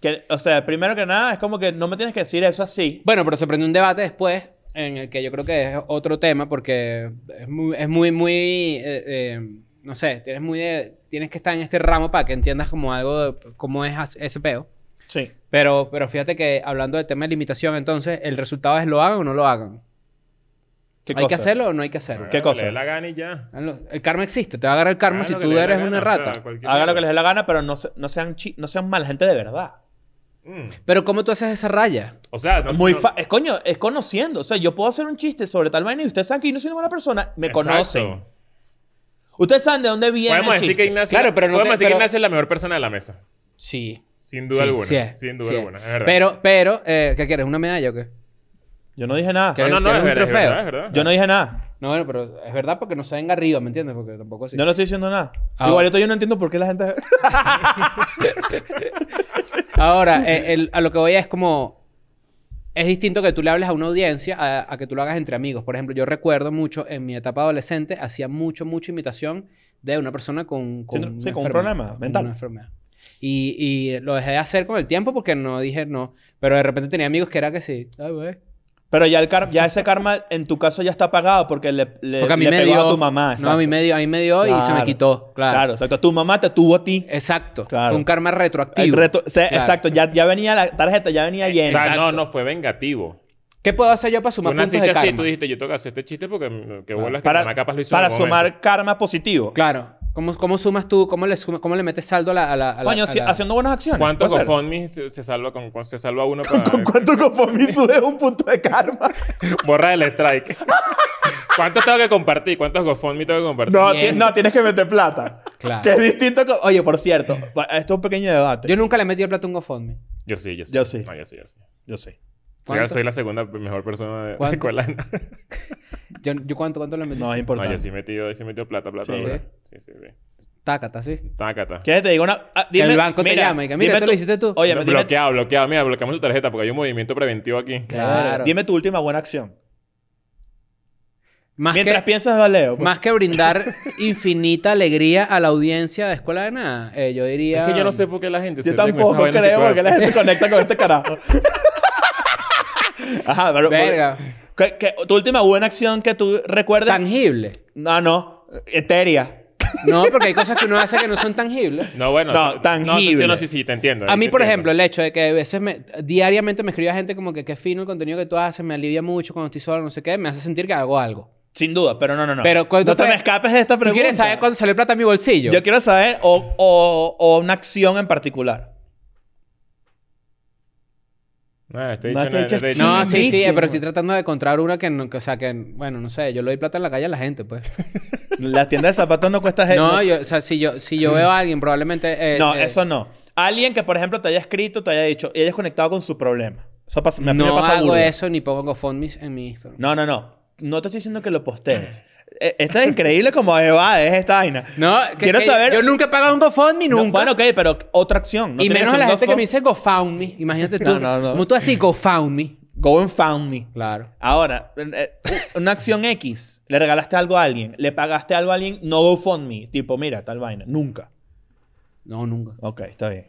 Speaker 3: que, o sea, primero que nada, es como que no me tienes que decir eso así.
Speaker 2: Bueno, pero se prendió un debate después en el que yo creo que es otro tema porque es muy, es muy, muy, eh, eh, no sé, tienes muy de- tienes que estar en este ramo para que entiendas como algo, de- cómo es as- ese peo.
Speaker 3: Sí.
Speaker 2: Pero, pero fíjate que hablando de tema de limitación, entonces, el resultado es lo hagan o no lo hagan.
Speaker 3: ¿Qué
Speaker 2: ¿Hay que
Speaker 3: cosa?
Speaker 2: hacerlo o no hay que hacerlo?
Speaker 3: ¿Qué
Speaker 1: Hágale
Speaker 3: cosa?
Speaker 1: la gana y ya.
Speaker 2: Hazlo. El karma existe, te va a agarrar el karma
Speaker 1: Hagan
Speaker 2: si
Speaker 1: lo que
Speaker 2: tú
Speaker 1: le dé la
Speaker 2: eres
Speaker 1: gana,
Speaker 2: una
Speaker 1: o sea,
Speaker 2: rata.
Speaker 1: cualquier
Speaker 3: Hagan lo que
Speaker 1: cosa.
Speaker 3: les dé la gana, pero no, se- no, sean, chi- no sean mala gente de verdad.
Speaker 1: Mm.
Speaker 2: Pero ¿cómo tú haces esa raya?
Speaker 1: O sea, no-
Speaker 3: Muy
Speaker 1: no-
Speaker 3: fa- es coño, es conociendo. O sea, yo puedo hacer un chiste sobre tal vaina y ustedes saben que yo no soy una mala persona. Me
Speaker 1: Exacto.
Speaker 3: conocen. Ustedes saben de dónde viene
Speaker 1: Podemos
Speaker 3: el
Speaker 1: decir
Speaker 3: chiste.
Speaker 1: que Ignacio,
Speaker 2: Claro, pero no
Speaker 1: podemos
Speaker 2: te-
Speaker 1: decir
Speaker 2: pero-
Speaker 1: que Ignacio es la mejor persona de la mesa.
Speaker 2: Sí.
Speaker 1: Sin duda
Speaker 2: Sí,
Speaker 1: alguna.
Speaker 2: sí es,
Speaker 1: sin duda
Speaker 2: sí es.
Speaker 1: alguna, es verdad.
Speaker 2: Pero, pero, eh, ¿qué quieres? ¿Una medalla o qué?
Speaker 3: Yo no dije nada.
Speaker 1: no,
Speaker 2: ¿quieres-
Speaker 1: no, no,
Speaker 2: quieres
Speaker 1: es
Speaker 2: un
Speaker 1: verdad, es
Speaker 2: trofeo?
Speaker 1: verdad, es verdad.
Speaker 3: Yo no dije nada.
Speaker 2: No, bueno, pero es verdad porque no se venga arriba, ¿me entiendes? Porque tampoco así.
Speaker 3: Yo no estoy diciendo nada.
Speaker 2: Ah,
Speaker 3: Igual
Speaker 2: bueno.
Speaker 3: esto yo no entiendo por qué la gente...
Speaker 2: Ahora, eh, el- a lo que voy es como. Es distinto que tú le hables a una audiencia a, a que tú lo hagas entre amigos. Por ejemplo, yo recuerdo mucho en mi etapa adolescente, hacía mucho, mucha imitación de una persona con, con,
Speaker 3: Sí,
Speaker 2: una
Speaker 3: sí, con un
Speaker 2: enfermedad,
Speaker 3: problema
Speaker 2: con
Speaker 3: mental.
Speaker 2: una enfermedad. Y, y lo dejé de hacer con el tiempo porque no dije no. Pero de repente tenía amigos que era que sí. Ay, güey.
Speaker 3: Pero ya, el kar- ya ese karma en tu caso ya está pagado porque le, le,
Speaker 2: Porque a mí
Speaker 3: Eh, le
Speaker 2: me
Speaker 3: pegó
Speaker 2: dio.
Speaker 3: a tu mamá.
Speaker 2: no, a mí me dio, a mí me dio y se me
Speaker 3: Claro.
Speaker 2: quitó. Claro.
Speaker 3: Claro. exacto. Tu mamá te tuvo a ti.
Speaker 2: Exacto.
Speaker 3: Claro.
Speaker 2: Fue un karma
Speaker 3: El
Speaker 2: retroactivo.
Speaker 3: reto- o sea,
Speaker 2: Claro.
Speaker 3: Exacto, ya, ya venía la tarjeta, ya venía
Speaker 1: O
Speaker 3: llena.
Speaker 1: sea,
Speaker 2: Exacto.
Speaker 1: no, no, fue vengativo.
Speaker 2: ¿Qué puedo hacer yo para
Speaker 1: Tú
Speaker 2: sumar puntos de
Speaker 1: naciste
Speaker 2: karma?
Speaker 1: así y tú dijiste, yo tengo que hacer este chiste porque mm, qué bolas que mi mamá
Speaker 3: Para,
Speaker 1: capaz lo hizo
Speaker 3: para
Speaker 1: en algún momento.
Speaker 3: sumar karma positivo.
Speaker 2: Claro. ¿Cómo, cómo sumas tú? ¿Cómo le, suma- cómo le metes saldo a la... A la, a la-
Speaker 3: Coño,
Speaker 2: a
Speaker 3: si-
Speaker 2: la-
Speaker 3: haciendo buenas acciones.
Speaker 1: ¿Cuántos
Speaker 3: puede ser.
Speaker 1: GoFundMe se, se salva con, con- se salva uno para
Speaker 3: ¿Con cuánto GoFundMe subes un punto de karma?
Speaker 1: borrar el strike? ¿Cuántos tengo que compartir? ¿Cuántos GoFundMe tengo que compartir?
Speaker 3: No,
Speaker 2: Cien.
Speaker 3: ti- no, tienes que meter plata.
Speaker 2: Claro.
Speaker 3: Que es distinto. co- Oye, por cierto, va- esto es un pequeño debate.
Speaker 2: Yo nunca le he metido plata a un GoFundMe.
Speaker 1: Yo sí, yo sí.
Speaker 3: Yo sí.
Speaker 1: No, yo sí, yo sí. Yo
Speaker 3: Yo sé.
Speaker 2: ¿Cuánto?
Speaker 1: soy la segunda mejor persona de la
Speaker 2: ¿Cuánto?
Speaker 1: escuela.
Speaker 2: Yo, yo cuánto, cuánto le metí.
Speaker 3: No,
Speaker 1: No,
Speaker 3: es importante.
Speaker 1: yo sí he metido, sí he metido plata, plata.
Speaker 3: Sí.
Speaker 1: plata. Sí, sí, sí.
Speaker 2: Tácata, sí.
Speaker 1: Tácata.
Speaker 3: ¿Quieres que te digo una...? ah, dime-
Speaker 2: el banco te llama y que, mira,
Speaker 3: dime
Speaker 2: esto
Speaker 3: tu-
Speaker 2: lo hiciste tú.
Speaker 3: Oye, me- dime,
Speaker 1: bloqueado, bloqueado. Mira, bloqueamos tu tarjeta porque hay un movimiento preventivo aquí.
Speaker 2: Claro.
Speaker 3: dime tu última buena acción.
Speaker 2: Más
Speaker 3: Mientras
Speaker 2: que,
Speaker 3: piensas, Valeo. pues.
Speaker 2: más que brindar infinita alegría a la audiencia de Escuela de Nada, eh, yo diría...
Speaker 1: Es que yo no sé por qué la gente
Speaker 3: Yo
Speaker 1: ríe con esas
Speaker 3: tampoco
Speaker 1: vainas que
Speaker 3: creo
Speaker 1: tú
Speaker 3: porque la
Speaker 1: haces.
Speaker 3: gente conecta con este carajo. Ajá, pero...
Speaker 2: Verga.
Speaker 3: ¿Qué- qué- tu última buena acción que tú recuerdes...
Speaker 2: Tangible.
Speaker 3: No, no. Eteria.
Speaker 2: No, porque hay cosas que uno hace que no son tangibles.
Speaker 1: No, bueno.
Speaker 3: No,
Speaker 1: sí- No,
Speaker 3: tangible.
Speaker 1: sí, no, sí, sí, te entiendo. eh,
Speaker 2: A mí,
Speaker 1: te
Speaker 2: por
Speaker 1: entiendo.
Speaker 2: ejemplo, el hecho de que a veces me- diariamente me escriba gente como que qué fino el contenido que tú haces, me alivia mucho cuando estoy solo, no sé qué, me hace sentir que hago algo.
Speaker 3: Sin duda, pero no, no, no.
Speaker 2: Pero cuando
Speaker 3: no te
Speaker 2: fue-
Speaker 3: me escapes de esta
Speaker 2: ¿Tú
Speaker 3: pregunta.
Speaker 2: quieres saber cuándo salió plata en mi bolsillo?
Speaker 3: Yo quiero saber o, o- o una acción en particular.
Speaker 1: No, este
Speaker 3: No,
Speaker 1: dicho
Speaker 3: este
Speaker 1: no-
Speaker 3: dicho
Speaker 1: este
Speaker 3: es
Speaker 1: dicho-
Speaker 2: No, sí, sí, eh,
Speaker 3: Chimísimo.
Speaker 2: pero estoy tratando de encontrar una que, no- que, o sea, que, bueno, no sé, yo le doy plata en la calle a la gente, pues.
Speaker 3: La tienda de zapatos no este cuesta gente.
Speaker 2: No, yo, o sea, si yo, si yo veo a alguien, probablemente... eh,
Speaker 3: No,
Speaker 2: eh,
Speaker 3: eso no. Alguien que, por ejemplo, te haya escrito, te haya dicho, y hayas conectado con su problema. Eso pasa, me, me
Speaker 2: No
Speaker 3: pasa
Speaker 2: hago
Speaker 3: burda.
Speaker 2: eso ni pongo GoFundMe en mi Instagram.
Speaker 3: No, no, no. No te estoy diciendo que lo postees. Eh, Esto es increíble como evades esta vaina.
Speaker 2: No, que-
Speaker 3: Quiero
Speaker 2: que
Speaker 3: saber-
Speaker 2: Yo nunca he pagado un GoFundMe,
Speaker 3: No,
Speaker 2: nunca.
Speaker 3: bueno, ok, pero otra acción. No
Speaker 2: y
Speaker 3: tiene
Speaker 2: menos
Speaker 3: ser
Speaker 2: a la
Speaker 3: un
Speaker 2: gente que
Speaker 3: GoFund-
Speaker 2: me dice GoFundMe. Imagínate tú.
Speaker 3: No, no, no.
Speaker 2: Como tú así, GoFundMe.
Speaker 3: Go and found me.
Speaker 2: Claro.
Speaker 3: Ahora, eh, eh, una acción X. Le regalaste algo a alguien. Le pagaste algo a alguien. No go fund me. Tipo, mira, tal vaina. Nunca.
Speaker 2: No, nunca.
Speaker 3: Ok, está bien.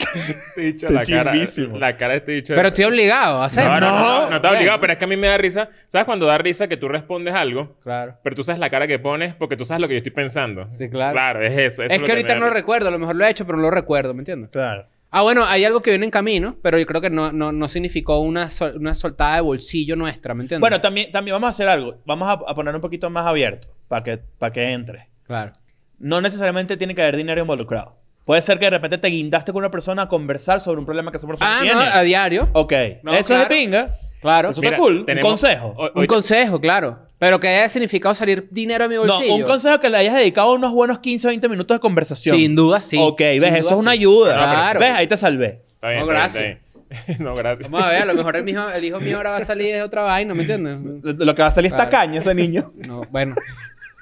Speaker 1: Este dicho,
Speaker 3: Está
Speaker 1: la cara.
Speaker 3: chimbísimo.
Speaker 1: La cara de este dicho.
Speaker 2: Pero estoy obligado a hacerlo.
Speaker 1: No, no, no, no, no está obligado, pero es que a mí me da risa. ¿Sabes cuando da risa que tú respondes algo?
Speaker 2: Claro.
Speaker 1: Pero tú sabes la cara que pones porque tú sabes lo que yo estoy pensando.
Speaker 2: Sí, claro.
Speaker 1: Claro, es eso. eso
Speaker 2: Es
Speaker 1: lo
Speaker 2: que
Speaker 1: me
Speaker 2: ahorita
Speaker 1: da
Speaker 2: no
Speaker 1: risa.
Speaker 2: recuerdo, a lo mejor lo he hecho, pero no lo recuerdo, ¿me entiendes?
Speaker 3: Claro.
Speaker 2: Ah, bueno, hay algo que viene en camino, pero yo creo que no, no, no significó una, sol- una soltada de bolsillo nuestra, ¿me entiendes?
Speaker 3: Bueno, también, también vamos a hacer algo. Vamos a, a poner un poquito más abierto para que, para que entre.
Speaker 2: claro.
Speaker 3: No necesariamente tiene que haber dinero involucrado. Puede ser que de repente te guindaste con una persona a conversar sobre un problema que esa persona
Speaker 2: Ah, no,
Speaker 3: tiene.
Speaker 2: a diario.
Speaker 3: ok.
Speaker 2: No,
Speaker 3: Eso es
Speaker 2: claro.
Speaker 3: de pinga.
Speaker 2: Claro.
Speaker 3: Eso está cool. Un consejo.
Speaker 1: hoy-
Speaker 2: Un
Speaker 1: hoy-
Speaker 2: consejo, claro. Pero que haya significado salir dinero a mi
Speaker 3: No,
Speaker 2: bolsillo.
Speaker 3: un consejo que le hayas dedicado unos buenos 15 o 20 minutos de conversación.
Speaker 2: Sin duda, sí.
Speaker 3: Ok,
Speaker 2: Sin
Speaker 3: ves,
Speaker 2: duda,
Speaker 3: eso es una
Speaker 2: sí.
Speaker 3: ayuda.
Speaker 2: Claro.
Speaker 3: ¿Ves? Ahí te salvé.
Speaker 1: Está bien,
Speaker 2: No,
Speaker 1: está bien, está bien. no, gracias.
Speaker 2: Vamos a ver, a lo mejor el hijo, el hijo mío ahora va a salir de otra vaina, ¿me entiendes?
Speaker 3: Lo que va a salir está
Speaker 2: Claro.
Speaker 3: caño ese niño.
Speaker 2: No, bueno,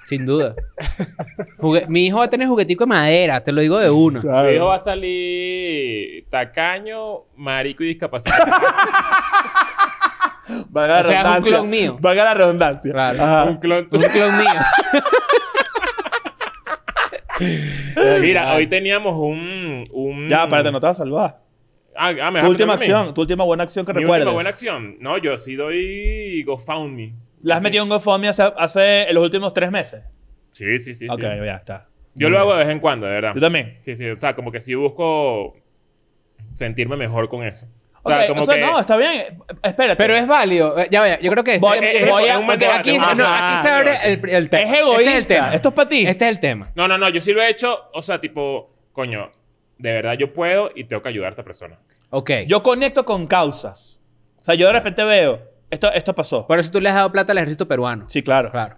Speaker 2: sin duda. Jugue- Mi hijo va a tener juguetico de madera, te lo digo de una.
Speaker 1: Tu hijo va a salir tacaño, marico y discapacitado.
Speaker 3: Valga la
Speaker 2: O sea, es un
Speaker 3: redundancia.
Speaker 2: clon mío.
Speaker 3: Valga la redundancia.
Speaker 2: Claro.
Speaker 3: Ajá.
Speaker 1: un clon
Speaker 2: Un
Speaker 1: tuyo.
Speaker 2: clon mío.
Speaker 1: Mira, hoy teníamos un... un...
Speaker 3: Ya, espérate, no te vas a salvar.
Speaker 1: Ah, ah, me vas
Speaker 3: Tu
Speaker 1: a
Speaker 3: última
Speaker 1: preguntar a mí.
Speaker 3: acción, tu última buena acción que
Speaker 1: Mi
Speaker 3: recuerdes.
Speaker 1: última buena acción. No, yo sí doy GoFundMe.
Speaker 3: ¿La has metido en GoFundMe hace, hace en los últimos tres meses?
Speaker 1: Sí, sí, sí.
Speaker 3: ok,
Speaker 1: sí.
Speaker 3: ya está.
Speaker 1: Yo lo hago de vez en cuando, de verdad.
Speaker 3: Yo también.
Speaker 1: Sí, sí. O sea, como que sí busco sentirme mejor con eso. O sea,
Speaker 3: Ok,
Speaker 1: como
Speaker 3: o sea,
Speaker 1: que...
Speaker 3: no, está bien. eh, Espérate.
Speaker 2: Pero es válido. Eh, Ya vaya, yo creo que...
Speaker 3: Voy-
Speaker 2: este-
Speaker 3: eh,
Speaker 2: este-
Speaker 3: voy a-
Speaker 2: porque aquí,
Speaker 3: debate,
Speaker 2: no,
Speaker 3: ajá.
Speaker 2: aquí se abre el, el tema.
Speaker 3: Es egoísta.
Speaker 2: Este es el tema.
Speaker 3: Esto es para ti.
Speaker 2: Este es el tema.
Speaker 1: No, no, no, yo sí lo he hecho, o sea, tipo, coño, de verdad yo puedo y tengo que ayudar a esta persona.
Speaker 2: Ok.
Speaker 3: Yo conecto con causas. O sea, yo de repente veo, esto, esto pasó.
Speaker 2: Por eso tú le has dado plata al ejército peruano.
Speaker 3: Sí, claro.
Speaker 2: Claro.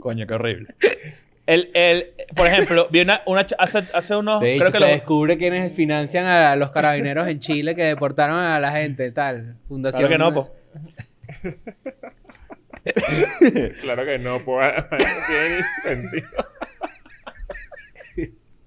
Speaker 3: Coño, qué horrible. El, el, por ejemplo, vi una, una ch- hace, hace unos,
Speaker 2: De hecho,
Speaker 3: creo que
Speaker 2: se
Speaker 3: los-
Speaker 2: descubre quiénes financian a los carabineros en Chile que deportaron a la gente, tal. Fundación...
Speaker 3: Claro que no, po.
Speaker 1: Claro que no, pues, no tiene ni sentido.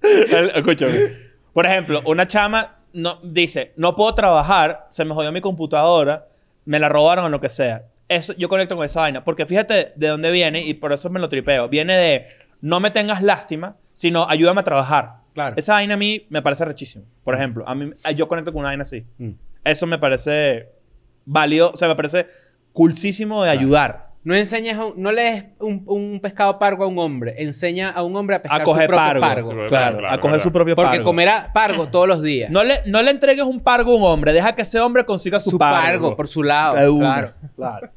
Speaker 3: El- Escúchame. Por ejemplo, una chama no, dice, no puedo trabajar, se me jodió mi computadora, me la robaron o lo que sea. Eso, yo conecto con esa vaina. Porque fíjate de dónde viene y por eso me lo tripeo. Viene de, no me tengas lástima, sino ayúdame a trabajar.
Speaker 2: Claro.
Speaker 3: Esa vaina a mí me parece rechísimo. Por ejemplo, a mí, eh, yo conecto con una vaina así.
Speaker 2: Mm.
Speaker 3: Eso me parece válido, o sea, me parece culsísimo de ayudar.
Speaker 2: No enseñas a un- no le des un, un pescado pargo a un hombre. Enseña a un hombre a pescar
Speaker 3: A coger
Speaker 2: su propio
Speaker 3: pargo.
Speaker 2: pargo.
Speaker 1: Claro,
Speaker 3: Claro,
Speaker 1: claro,
Speaker 3: a coger
Speaker 1: verdad.
Speaker 3: su propio
Speaker 2: Porque
Speaker 3: pargo.
Speaker 2: comerá pargo todos los días.
Speaker 3: No le, no le entregues un pargo a un hombre, deja que ese hombre consiga su,
Speaker 2: su pargo, por su lado.
Speaker 3: De una,
Speaker 2: Claro.
Speaker 3: claro.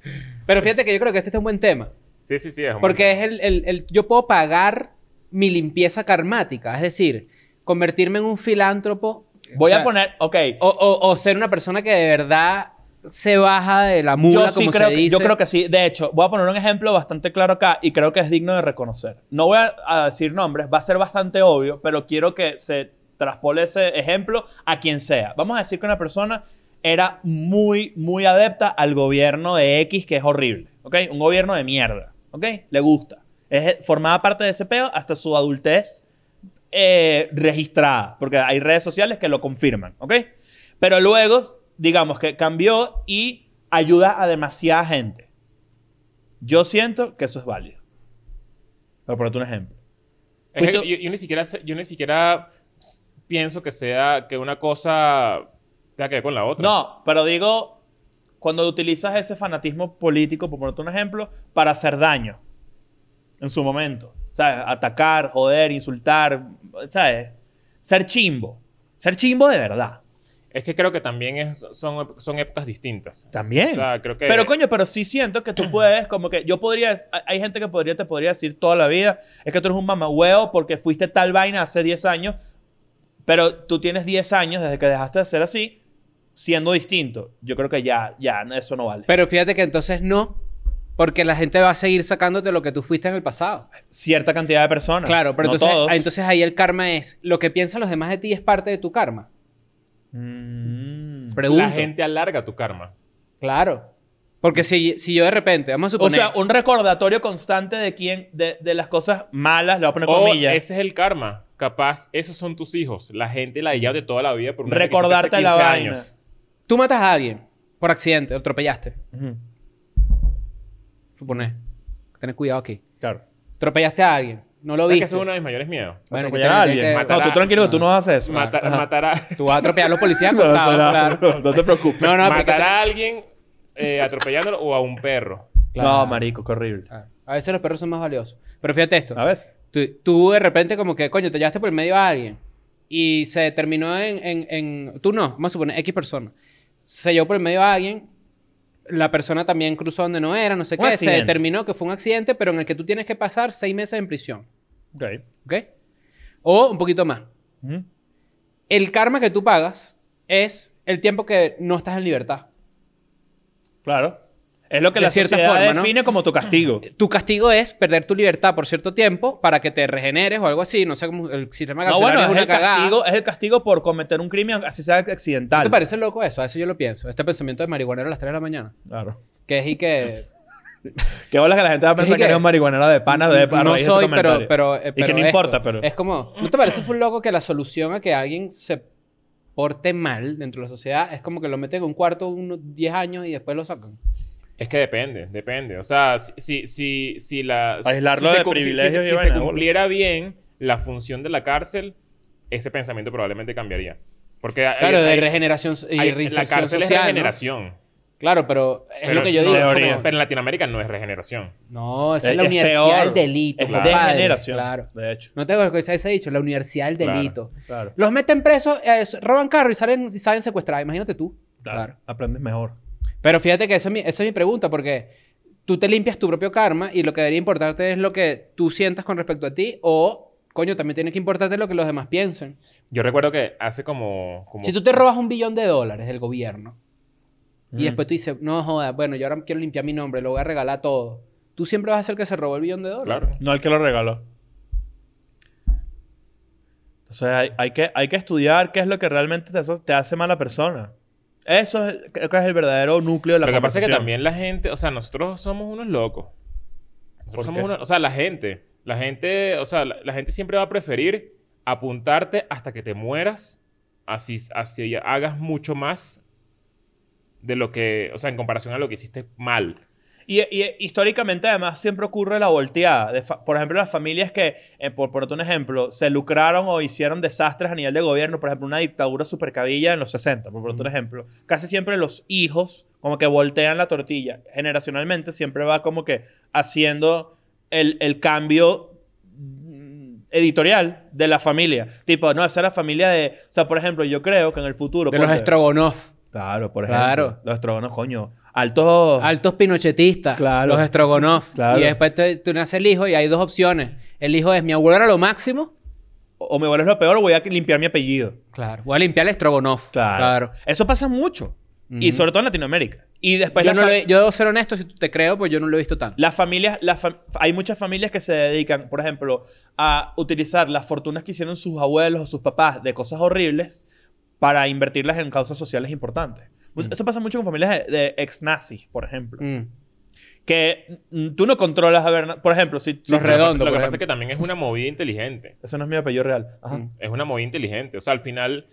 Speaker 2: Pero fíjate que yo creo que este es un buen tema.
Speaker 1: Sí, sí, sí, es un
Speaker 2: Porque es el, el- el- yo puedo pagar mi limpieza karmática. Es decir, convertirme en un filántropo.
Speaker 3: Voy
Speaker 2: o sea,
Speaker 3: a poner, ok,
Speaker 2: O, o- o ser una persona que de verdad se baja de la mula,
Speaker 3: yo sí
Speaker 2: como
Speaker 3: creo,
Speaker 2: se
Speaker 3: que-
Speaker 2: dice.
Speaker 3: yo creo que sí. De hecho, voy a poner un ejemplo bastante claro acá y creo que es digno de reconocer. No voy a, a decir nombres, va a ser bastante obvio, pero quiero que se traspole ese ejemplo a quien sea. Vamos a decir que una persona era muy, muy adepta al gobierno de X, que es horrible, ¿ok? Un gobierno de mierda, ¿ok? Le gusta. Es, formaba parte de ese peo hasta su adultez eh, registrada, porque hay redes sociales que lo confirman, ¿ok? Pero luego, digamos que cambió y ayuda a demasiada gente. Yo siento que eso es válido. Por ponerte un ejemplo.
Speaker 1: Es que
Speaker 3: Fuiste-
Speaker 1: yo, yo ni siquiera, sé- yo ni siquiera s- pienso que sea que una cosa tenga que ver con la otra.
Speaker 3: No, pero digo, cuando utilizas ese fanatismo político, por ponerte un ejemplo, para hacer daño en su momento. ¿Sabes? Atacar, joder, insultar, ¿sabes? Ser chimbo. Ser chimbo de verdad.
Speaker 1: Es que creo que también es- son, ép- son épocas distintas.
Speaker 3: También.
Speaker 1: O sea, creo que...
Speaker 3: Pero coño, pero sí siento que tú puedes, como que yo podría, es- hay- hay gente que podría, te podría decir toda la vida, es que tú eres un mamahuevo porque fuiste tal vaina hace 10 años, pero tú tienes 10 años desde que dejaste de ser así, siendo distinto. Yo creo que ya, ya, eso no vale.
Speaker 2: Pero fíjate que entonces no, porque la gente va a seguir sacándote lo que tú fuiste en el pasado.
Speaker 3: Cierta cantidad de personas.
Speaker 2: Claro, pero
Speaker 3: no
Speaker 2: entonces,
Speaker 3: todos.
Speaker 2: ah, entonces ahí el karma es, lo que piensan los demás de ti es parte de tu karma.
Speaker 3: Mm.
Speaker 2: Pregunto.
Speaker 1: La gente alarga tu karma.
Speaker 2: Claro. Porque si, si yo de repente, vamos a
Speaker 3: O
Speaker 2: suponer...
Speaker 3: sea, un recordatorio constante de quién, de, de las cosas malas, le voy a poner
Speaker 1: O
Speaker 3: comillas.
Speaker 1: ese es el karma. Capaz, esos son tus hijos. La gente la de toda la vida por una gente que hiciste hace
Speaker 3: Recordarte la
Speaker 1: 15
Speaker 3: vaina.
Speaker 1: años.
Speaker 2: tú matas a alguien por accidente, lo atropellaste,
Speaker 3: Ujú,
Speaker 2: suponer. Tenés cuidado aquí.
Speaker 3: Claro.
Speaker 2: Atropellaste a alguien, no lo
Speaker 1: ¿Sabes que
Speaker 2: viste.
Speaker 1: eso es uno de mis mayores miedos?
Speaker 2: Bueno, que
Speaker 3: Atropellar a
Speaker 2: tenés-
Speaker 3: alguien.
Speaker 2: tenés que-
Speaker 3: No, tú tranquilo que tú no haces eso.
Speaker 1: Matar,
Speaker 3: Ajá.
Speaker 1: matar a,
Speaker 2: Tú vas a atropellar a los policías
Speaker 3: No,
Speaker 2: acostados,
Speaker 3: no,
Speaker 2: claro.
Speaker 3: no, no te preocupes.
Speaker 2: No, no, porque
Speaker 1: matar
Speaker 2: te-
Speaker 1: a alguien eh, atropellándolo o a un perro.
Speaker 2: Claro.
Speaker 3: No, marico, qué horrible.
Speaker 2: Claro. A veces los perros son más valiosos. Pero fíjate esto.
Speaker 3: A veces.
Speaker 2: Tú, tú de repente como que, coño, te llevaste por el medio a alguien. Y se terminó en, en, en- Tú no, vamos a suponer, X persona. Se llevó por el medio a alguien. La persona también cruzó donde no era, no sé
Speaker 3: Un
Speaker 2: qué. Se
Speaker 3: accidente.
Speaker 2: determinó que fue un accidente, pero en el que tú tienes que pasar seis meses en prisión.
Speaker 3: Ok.
Speaker 2: ¿Ok? O un poquito más.
Speaker 3: Ujú.
Speaker 2: El karma que tú pagas es el tiempo que no estás en libertad.
Speaker 3: Claro. Es lo que
Speaker 2: De
Speaker 3: la
Speaker 2: cierta
Speaker 3: sociedad
Speaker 2: forma, ¿no?
Speaker 3: define como tu castigo.
Speaker 2: Tu castigo es perder tu libertad por cierto tiempo para que te regeneres o algo así. No sé cómo el sistema
Speaker 3: No,
Speaker 2: carcelario
Speaker 3: bueno,
Speaker 2: es
Speaker 3: es
Speaker 2: una
Speaker 3: el,
Speaker 2: cagada.
Speaker 3: castigo, es el castigo por cometer un crimen, así sea accidental.
Speaker 2: ¿No te parece loco eso? A veces yo lo pienso. Este pensamiento de marihuanero a las 3 de la mañana.
Speaker 3: Claro.
Speaker 2: Que es y que...
Speaker 3: Qué bola que la gente va a pensar
Speaker 2: ¿Y
Speaker 3: que,
Speaker 2: qué?
Speaker 3: eres un marihuanero de pana Ah, de a
Speaker 2: no
Speaker 3: raíz de ese
Speaker 2: soy, pero...
Speaker 3: comentario.
Speaker 2: pero, eh,
Speaker 3: Y que
Speaker 2: pero
Speaker 3: no
Speaker 2: esto.
Speaker 3: importa, pero...
Speaker 2: Es como... ¿No te parece full loco que la solución a que alguien se porte mal dentro de la sociedad es como que lo meten en un cuarto unos 10 años y después lo sacan?
Speaker 1: Es que depende, depende. O sea, si, si, si, si la... si-
Speaker 3: Aislarlo
Speaker 1: si
Speaker 3: de
Speaker 1: se cu- si- si-
Speaker 3: privilegios
Speaker 1: Si,
Speaker 3: y
Speaker 1: se
Speaker 3: vaina, boludo.
Speaker 1: cumpliera bien la función de la cárcel, ese pensamiento probablemente cambiaría. Porque hay-
Speaker 2: Claro, de
Speaker 1: hay-
Speaker 2: regeneración so- y
Speaker 1: hay- la
Speaker 2: reinserción
Speaker 1: cárcel es
Speaker 2: social, ¿no?
Speaker 1: regeneración.
Speaker 2: Claro, pero es
Speaker 1: Pero
Speaker 2: lo que yo
Speaker 1: no,
Speaker 2: digo.
Speaker 1: pero-
Speaker 2: como-
Speaker 1: pero en Latinoamérica no es regeneración.
Speaker 2: No, esa es,
Speaker 3: Es-
Speaker 2: la
Speaker 3: es
Speaker 2: universidad
Speaker 3: peor.
Speaker 2: del delito.
Speaker 3: Es
Speaker 1: Claro.
Speaker 3: de
Speaker 2: compadre.
Speaker 3: generación,
Speaker 2: Claro.
Speaker 3: de hecho.
Speaker 2: No te acuerdas que se ha dicho, la universidad del
Speaker 1: Claro.
Speaker 2: delito.
Speaker 3: Claro.
Speaker 2: Los meten presos, eh, roban carro y salen, y salen secuestrados. Imagínate tú.
Speaker 3: Claro. Aprendes mejor.
Speaker 2: Pero fíjate que esa es, mi, esa es mi pregunta, porque tú te limpias tu propio karma y lo que debería importarte es lo que tú sientas con respecto a ti o, coño, también tiene que importarte lo que los demás piensen.
Speaker 1: Yo recuerdo que hace como... como
Speaker 2: Si tú te robas un billón de dólares del gobierno y
Speaker 3: Mm.
Speaker 2: después tú dices, no joda, bueno, yo ahora quiero limpiar mi nombre, lo voy a regalar todo. Tú siempre vas a ser el que se robó el billón de dólares.
Speaker 1: Claro.
Speaker 3: No al que lo regaló. Entonces hay, hay que, hay que estudiar qué es lo que realmente te, hace- te hace mala persona. Eso es, creo que es el verdadero núcleo de la
Speaker 1: Lo que pasa es que
Speaker 3: conversación.
Speaker 1: también la gente, o sea, nosotros somos unos locos. Nosotros
Speaker 3: ¿Por
Speaker 1: somos
Speaker 3: qué?
Speaker 1: unos- o sea, la gente, la gente, o sea, la, la gente siempre va a preferir apuntarte hasta que te mueras, así, así hagas mucho más de lo que, o sea, en comparación a lo que hiciste mal.
Speaker 3: Y, y históricamente, además, siempre ocurre la volteada. De fa- por ejemplo, las familias que, eh, por, por otro ejemplo, se lucraron o hicieron desastres a nivel de gobierno, por ejemplo, una dictadura supercabilla en los 60, por, por otro ejemplo. Casi siempre los hijos, como que voltean la tortilla. Generacionalmente, siempre va como que haciendo el, el cambio mm, editorial de la familia. Tipo, no, esa era la familia de. O sea, por ejemplo, yo creo que en el futuro.
Speaker 2: De los
Speaker 3: ponte-
Speaker 2: estrogonoff.
Speaker 3: Claro, por ejemplo.
Speaker 2: Claro.
Speaker 3: Los estrogonos, coño. Altos.
Speaker 2: Altos pinochetistas,
Speaker 3: Claro.
Speaker 2: los estrogonoff.
Speaker 3: Claro.
Speaker 2: Y después te- tú nace el hijo y hay dos opciones. El hijo es mi abuelo era lo máximo.
Speaker 3: o me vuelves lo peor o voy a limpiar mi apellido.
Speaker 2: Claro. Voy a limpiar el estrogonoff.
Speaker 3: Claro. Eso pasa mucho. Y sobre todo en Latinoamérica. Y después
Speaker 2: yo,
Speaker 3: Pues la
Speaker 2: no
Speaker 3: fa-
Speaker 2: lo he- yo debo ser honesto, si te creo, pues yo no lo he visto tanto.
Speaker 3: Las familias, las fam- hay muchas familias que se dedican, por ejemplo, a utilizar las fortunas que hicieron sus abuelos o sus papás de cosas horribles para invertirlas en causas sociales importantes. Pues Eso pasa mucho con familias de, de ex-nazis, por ejemplo.
Speaker 2: Mm.
Speaker 3: Que mm, tú no controlas haber... na- Por ejemplo, si... si-
Speaker 2: Los
Speaker 1: Lo que pasa-
Speaker 2: redondos,
Speaker 1: Lo que
Speaker 2: por
Speaker 1: pasa es
Speaker 2: ejemplo.
Speaker 1: que también es una movida inteligente.
Speaker 3: Eso no es mi apellido real. Ajá.
Speaker 2: Mm.
Speaker 1: Es una movida inteligente. O sea, al final.